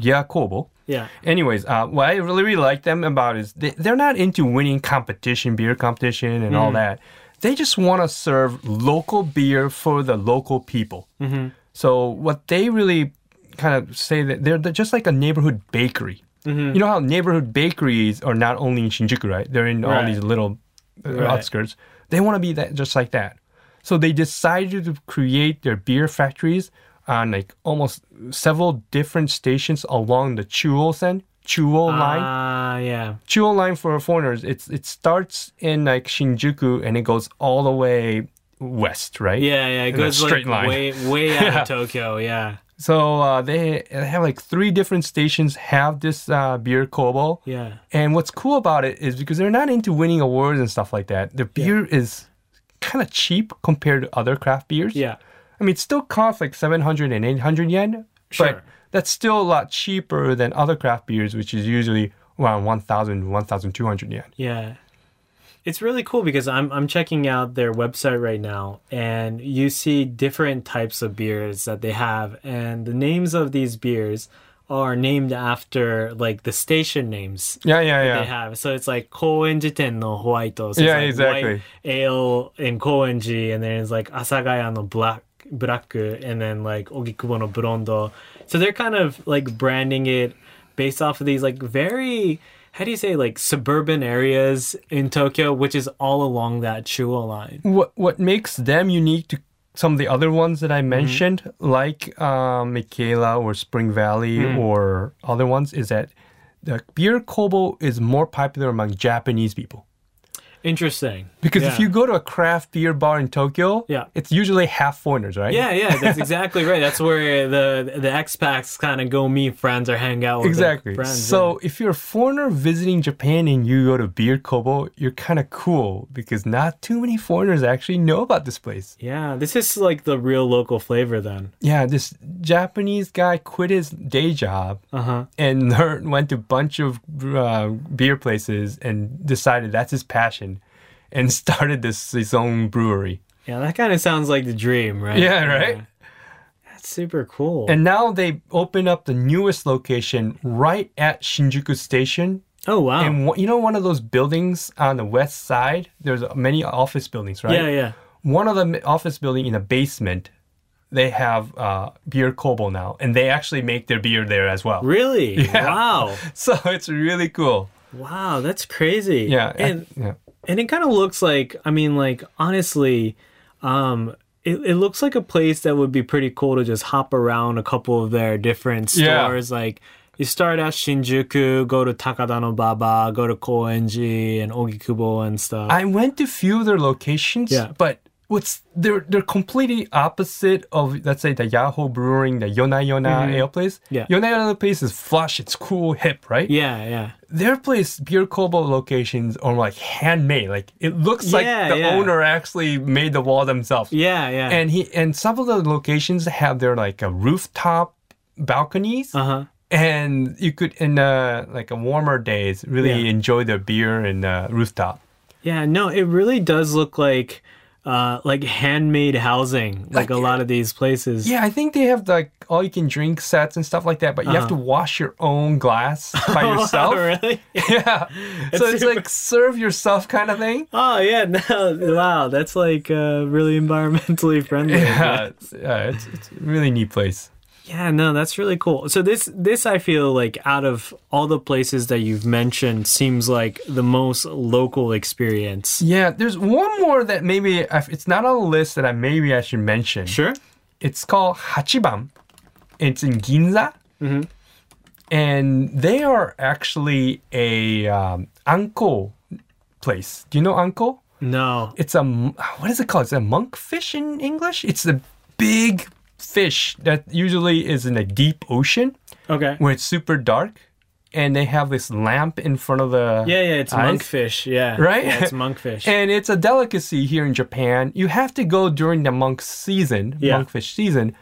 F: yeah kobo.
E: yeah,
F: Anyways, uh, what I really, really like them about is they, they're not into winning competition, beer competition, and all
E: Mm-hmm.
F: that. They just want to serve local beer for the local people. Mm-hmm. So what they really kind of say that they're, they're just like a neighborhood bakery.
E: Mm-hmm.
F: You know how neighborhood bakeries are not only in Shinjuku, right? They're in all
E: Right.
F: these little uh,
E: Right.
F: outskirts. They want to be that just like that. So they decided to create their beer factories on like almost several different stations along the Chuosen Chuo line.
E: Ah, yeah,
F: Chuo line for foreigners. It's it starts in like Shinjuku and it goes all the way west, right?
E: yeah, yeah. It
F: In a
E: goes like
F: straight line.
E: way, way out of Tokyo. Yeah,
F: So uh, they they have like three different stations have this uh, beer kobo.
E: yeah.
F: And what's cool about it is because they're not into winning awards and stuff like that. The beer is kind of cheap compared to other craft beers.
E: Yeah.
F: I mean, it still costs like 700 and 800 yen,
E: Sure.
F: but that's still a lot cheaper than other craft beers, which is usually around 1,000, 1,200 yen.
E: Yeah. It's really cool because I'm I'm checking out their website right now and you see different types of beers that they have and the names of these beers are named after like the station names
F: Yeah, yeah,
E: they
F: yeah.
E: have. So it's like Koenji-ten no White. So it's
F: Yeah,
E: like
F: exactly.
E: White ale in Koenji, and then it's like Asagaya no Black. Black and then like Ogikubo no Brondo. So they're kind of like branding it based off of these like very how do you say like suburban areas in Tokyo, which is all along that Chuo line.
F: What, what makes them unique to some of the other ones that I
E: Mm-hmm.
F: mentioned, like um, Michaela or Spring Valley
E: Mm.
F: or other ones, is that the beer kobo is more popular among Japanese people.
E: Interesting.
F: Because
E: Yeah.
F: if you go to a craft beer bar in Tokyo,
E: Yeah.
F: it's usually half foreigners, right?
E: Yeah, yeah, that's exactly right. That's where the the expats kind of go meet friends or hang out with their
F: Exactly.
E: friends. yeah.
F: So if you're a foreigner visiting Japan and you go to Beer Kobo, you're kind of cool because not too many foreigners actually know about this place.
E: Yeah, this is like the real local flavor then.
F: Yeah, this Japanese guy quit his day job
E: Uh-huh.
F: and learned, went to a bunch of uh, beer places and decided that's his passion and started this his own brewery.
E: Yeah, that kind of sounds like the dream, right?
F: Yeah, right?
E: That's super cool.
F: And now they open up the newest location right at Shinjuku Station
E: oh wow.
F: And one- you know, one of those buildings on the west side, there's many office buildings, right?
E: Yeah, yeah.
F: One of the office building in the basement, they have uh, beer kobo now, and they actually make their beer there as well.
E: Really?
F: Yeah.
E: Wow.
F: So it's really cool.
E: Wow, that's crazy.
F: Yeah. I-
E: And
F: yeah.
E: and it kind of looks like I mean like honestly, um it, it looks like a place that would be pretty cool to just hop around a couple of their different
F: Yeah.
E: stores like you start at Shinjuku, go to Takada no Baba, go to Koenji and Ogikubo and stuff.
F: I went to few of their locations,
E: Yeah.
F: but what's they're they're completely opposite of let's say the Yahoo Brewing, the Yona Yona Ale place.
E: Mm-hmm. Yeah.
F: Yona Ale place is flush, it's cool, hip, right?
E: yeah, yeah.
F: their place beer kobo locations are like handmade like it looks like
E: Yeah,
F: the
E: yeah.
F: owner actually made the wall themselves
E: Yeah, yeah.
F: and he and some of the locations have their like a rooftop balconies
E: uh-huh.
F: and you could in uh like a warmer days really
E: Yeah.
F: enjoy their beer and uh, rooftop
E: Yeah, no, it really does look like uh like handmade housing, like a lot of these places.
F: yeah i think they have like all you can drink sets and stuff like that but you have to wash your own glass by yourself
E: Uh-huh. Oh, really?
F: yeah so it's
E: super-
F: like serve yourself kind of thing
E: Oh yeah, no, wow, that's like uh, really environmentally friendly.
F: yeah, it's, yeah it's, it's a really neat place
E: Yeah, no, that's really cool. So this this I feel like out of all the places that you've mentioned seems like the most local experience.
F: Yeah, there's one more that maybe I- it's not on the list that I maybe I should mention.
E: Sure.
F: It's called Hachiban. It's in Ginza.
E: Mm-hmm.
F: And they are actually a um, anko place. Do you know anko?
E: No.
F: It's a m- what is it called? It's a monkfish in English. It's a big fish that usually is in a deep ocean
E: Okay.
F: where it's super dark, and they have this lamp in front of the
E: Yeah, yeah, it's
F: eyes.
E: monkfish. Yeah.
F: Right?
E: Yeah, it's monkfish.
F: And it's a delicacy here in Japan. You have to go during the monk season,
E: Yeah.
F: monkfish season,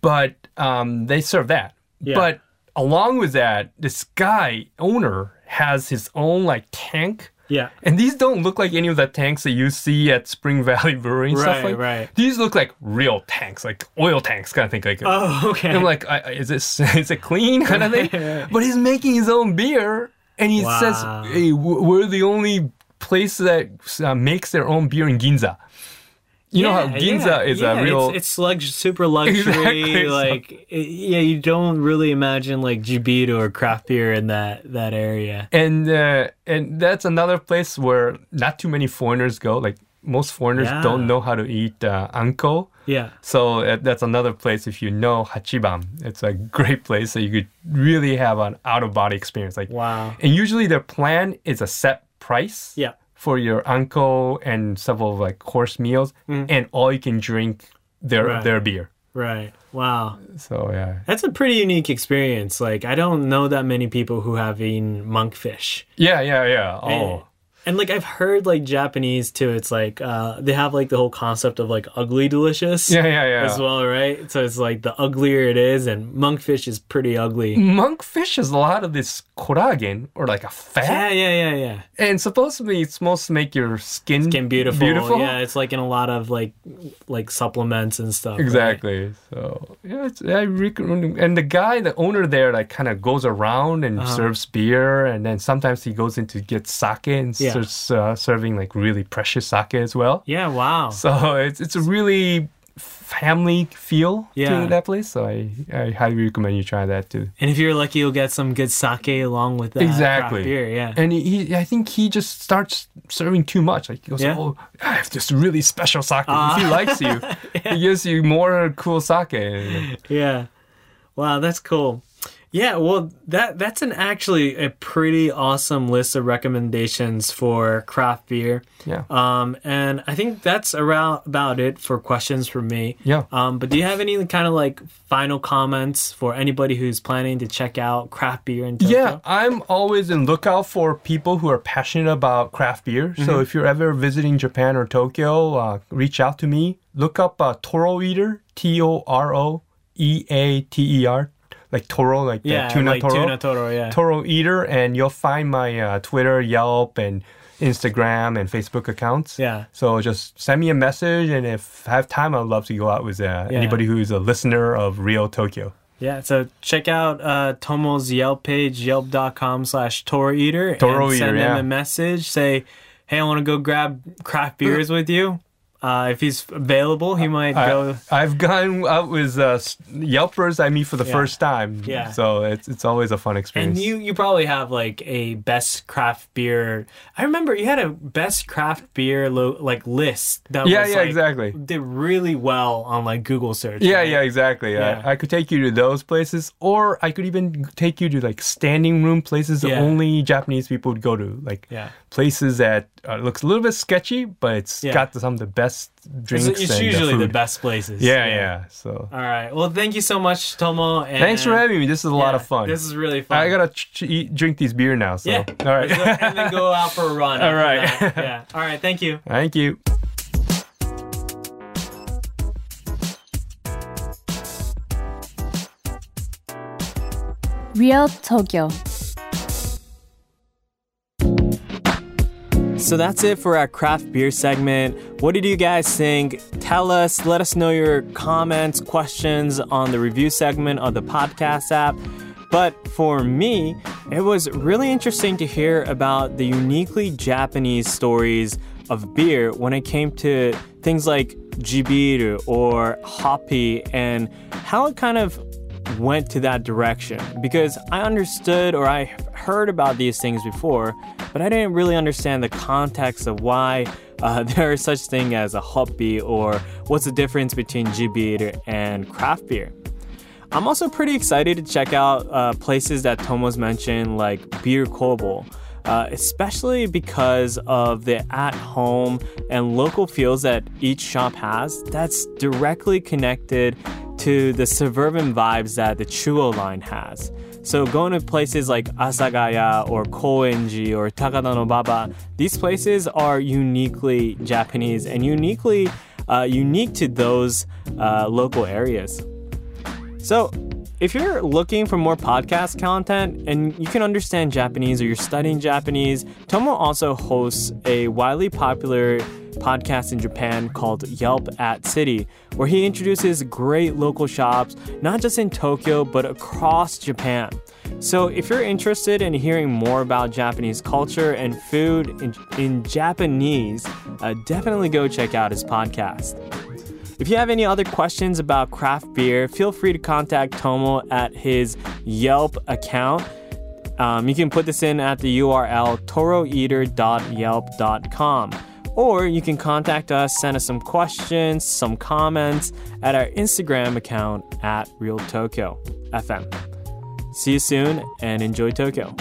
F: but um, they serve that.
E: Yeah.
F: But along with that, this guy owner has his own like tank.
E: yeah.
F: And these don't look like any of the tanks that you see at Spring Valley Brewery and
E: Right,
F: stuff like.
E: right.
F: These look like real tanks, like oil tanks, kind of thing. Like,
E: Oh, okay.
F: I'm like, I, I- is this is it clean kind of thing? But he's making his own beer, and he
E: Wow.
F: says, hey, w- "We're the only place that uh, makes their own beer in Ginza." You know how
E: Yeah,
F: Ginza
E: yeah,
F: is
E: yeah,
F: a real.
E: It's, it's lug- super luxury.
F: Exactly, so-
E: Like, i yeah, you don't really imagine like Jibito or craft beer in that that area.
F: and uh, and that's another place where not too many foreigners go. Like most foreigners
E: Yeah.
F: don't know how to eat uh, anko.
E: Yeah.
F: So uh, that's another place if you know Hachiban. It's a great place that you could really have an out of body experience. Like
E: Wow.
F: And usually their plan is a set price.
E: Yeah.
F: For your uncle and several like course meals and all you can drink their
E: Mm-hmm. Right.
F: their beer.
E: Right. Wow.
F: So yeah.
E: That's a pretty unique experience. Like, I don't know that many people who have eaten monkfish.
F: Yeah, yeah, yeah. Oh.
E: And, and, like I've heard like Japanese too. It's like uh, they have like the whole concept of like ugly delicious.
F: Yeah, yeah, yeah.
E: As well, right? So it's like the uglier it is, and monkfish is pretty ugly.
F: Monkfish has a lot of this collagen or like a
E: Yeah,
F: fat,
E: yeah, yeah, yeah.
F: and supposedly it's supposed to make your skin
E: Skin beautiful.
F: Beautiful,
E: Yeah, it's like in a lot of like like supplements and stuff. right?
F: Exactly. So yeah, it's, I rec- and the guy, the owner there, like kind of goes around and
E: Uh-huh.
F: serves beer, and then sometimes he goes in to get sake and
E: Yeah.
F: starts uh, serving like really precious sake as well.
E: Yeah. Wow.
F: So it's it's a really family feel
E: Yeah.
F: to that place. So I, I highly recommend you try that too.
E: and if you're lucky, you'll get some good sake along with that craft
F: exactly.
E: beer. Yeah.
F: And he, he- I think he just starts serving too much. Like he goes,
E: Yeah. Uh-huh.
F: "Oh, I have this really special sake." if he likes you, he gives you more cool sake.
E: yeah wow that's cool yeah well that that's an actually a pretty awesome list of recommendations for craft beer
F: Yeah.
E: um and i think that's around about it for questions from me
F: Yeah.
E: um but do you have any kind of like final comments for anybody who's planning to check out craft beer in Tokyo?
F: Yeah, I'm always in lookout for people who are passionate about craft beer.
E: Mm-hmm.
F: So if you're ever visiting Japan or Tokyo, uh, reach out to me. Look up uh, Toro Eater, T O R O E A T E R, like Toro, like the
E: yeah
F: tuna
E: like
F: Toro.
E: tuna toro yeah
F: Toro Eater, and you'll find my uh, Twitter, Yelp, and Instagram and Facebook accounts.
E: Yeah.
F: So just send me a message, and if I have time, I'd love to go out with uh, anybody who's a listener of Real Tokyo.
E: Yeah, so check out uh, Tomo's Yelp page, yelp.com slash Toro Eater.
F: Toro
E: and
F: Eater,
E: Send them
F: yeah.
E: a message. Say, hey, I want to go grab craft beers with you. Uh, if he's available, he might
F: Uh,
E: go.
F: I, have gone out with uh, s- Yelpers I meet for the first time.
E: Yeah.
F: So it's, it's always a fun
E: And
F: experience.
E: you, you probably have like a best craft beer. I remember you had a best craft beer lo- like list that
F: Yeah,
E: was,
F: yeah,
E: like,
F: exactly.
E: did really well on like Google search.
F: Yeah,
E: right?
F: yeah, exactly.
E: Yeah.
F: I, I could take you to those places, or I could even take you to like standing room places that
E: Yeah.
F: only Japanese people would go to. Like
E: Yeah.
F: places that uh, looks a little bit sketchy, but it's
E: Yeah.
F: got some of the best
E: It's,
F: drinks.
E: it's
F: and
E: usually the
F: food.
E: best places.
F: Yeah, yeah. So
E: All right. Well, thank you so much, Tomo. And
F: thanks for having me. This is a lot of fun.
E: This is really fun.
F: I gotta ch- ch- eat, drink these beer now. So
E: Yeah.
F: all right,
E: and then go out for a run.
F: All right.
E: after that. Yeah. All right. Thank you.
F: thank you.
D: Real Tokyo.
G: So that's it for our craft beer segment. What did you guys think? Tell us, let us know your comments, questions on the review segment of the podcast app. But for me, it was really interesting to hear about the uniquely Japanese stories of beer when it came to things like jibiru or hoppy and how it kind of
E: went to that direction because I understood or I heard about these things before, but I didn't really understand the context of why uh, there is such thing as a hobby or what's the difference between beer and craft beer. I'm also pretty excited to check out uh, places that Tomo's mentioned, like Beer Kobo, uh, especially because of the at home and local feels that each shop has that's directly connected to the suburban vibes that the Chuo line has. So going to places like Asagaya or Koenji or Takada no Baba, these places are uniquely Japanese and uniquely uh, unique to those uh, local areas. So, if you're looking for more podcast content and you can understand Japanese or you're studying Japanese, Tomo also hosts a widely popular podcast in Japan called Yelp at City, where he introduces great local shops, not just in Tokyo, but across Japan. So, if you're interested in hearing more about Japanese culture and food in, in Japanese, uh, definitely go check out his podcast. If you have any other questions about craft beer, feel free to contact Tomo at his Yelp account. Um, you can put this in at the URL toroeater.yelp.com. Or you can contact us, send us some questions, some comments at our Instagram account at Real Tokyo FM. See you soon and enjoy Tokyo.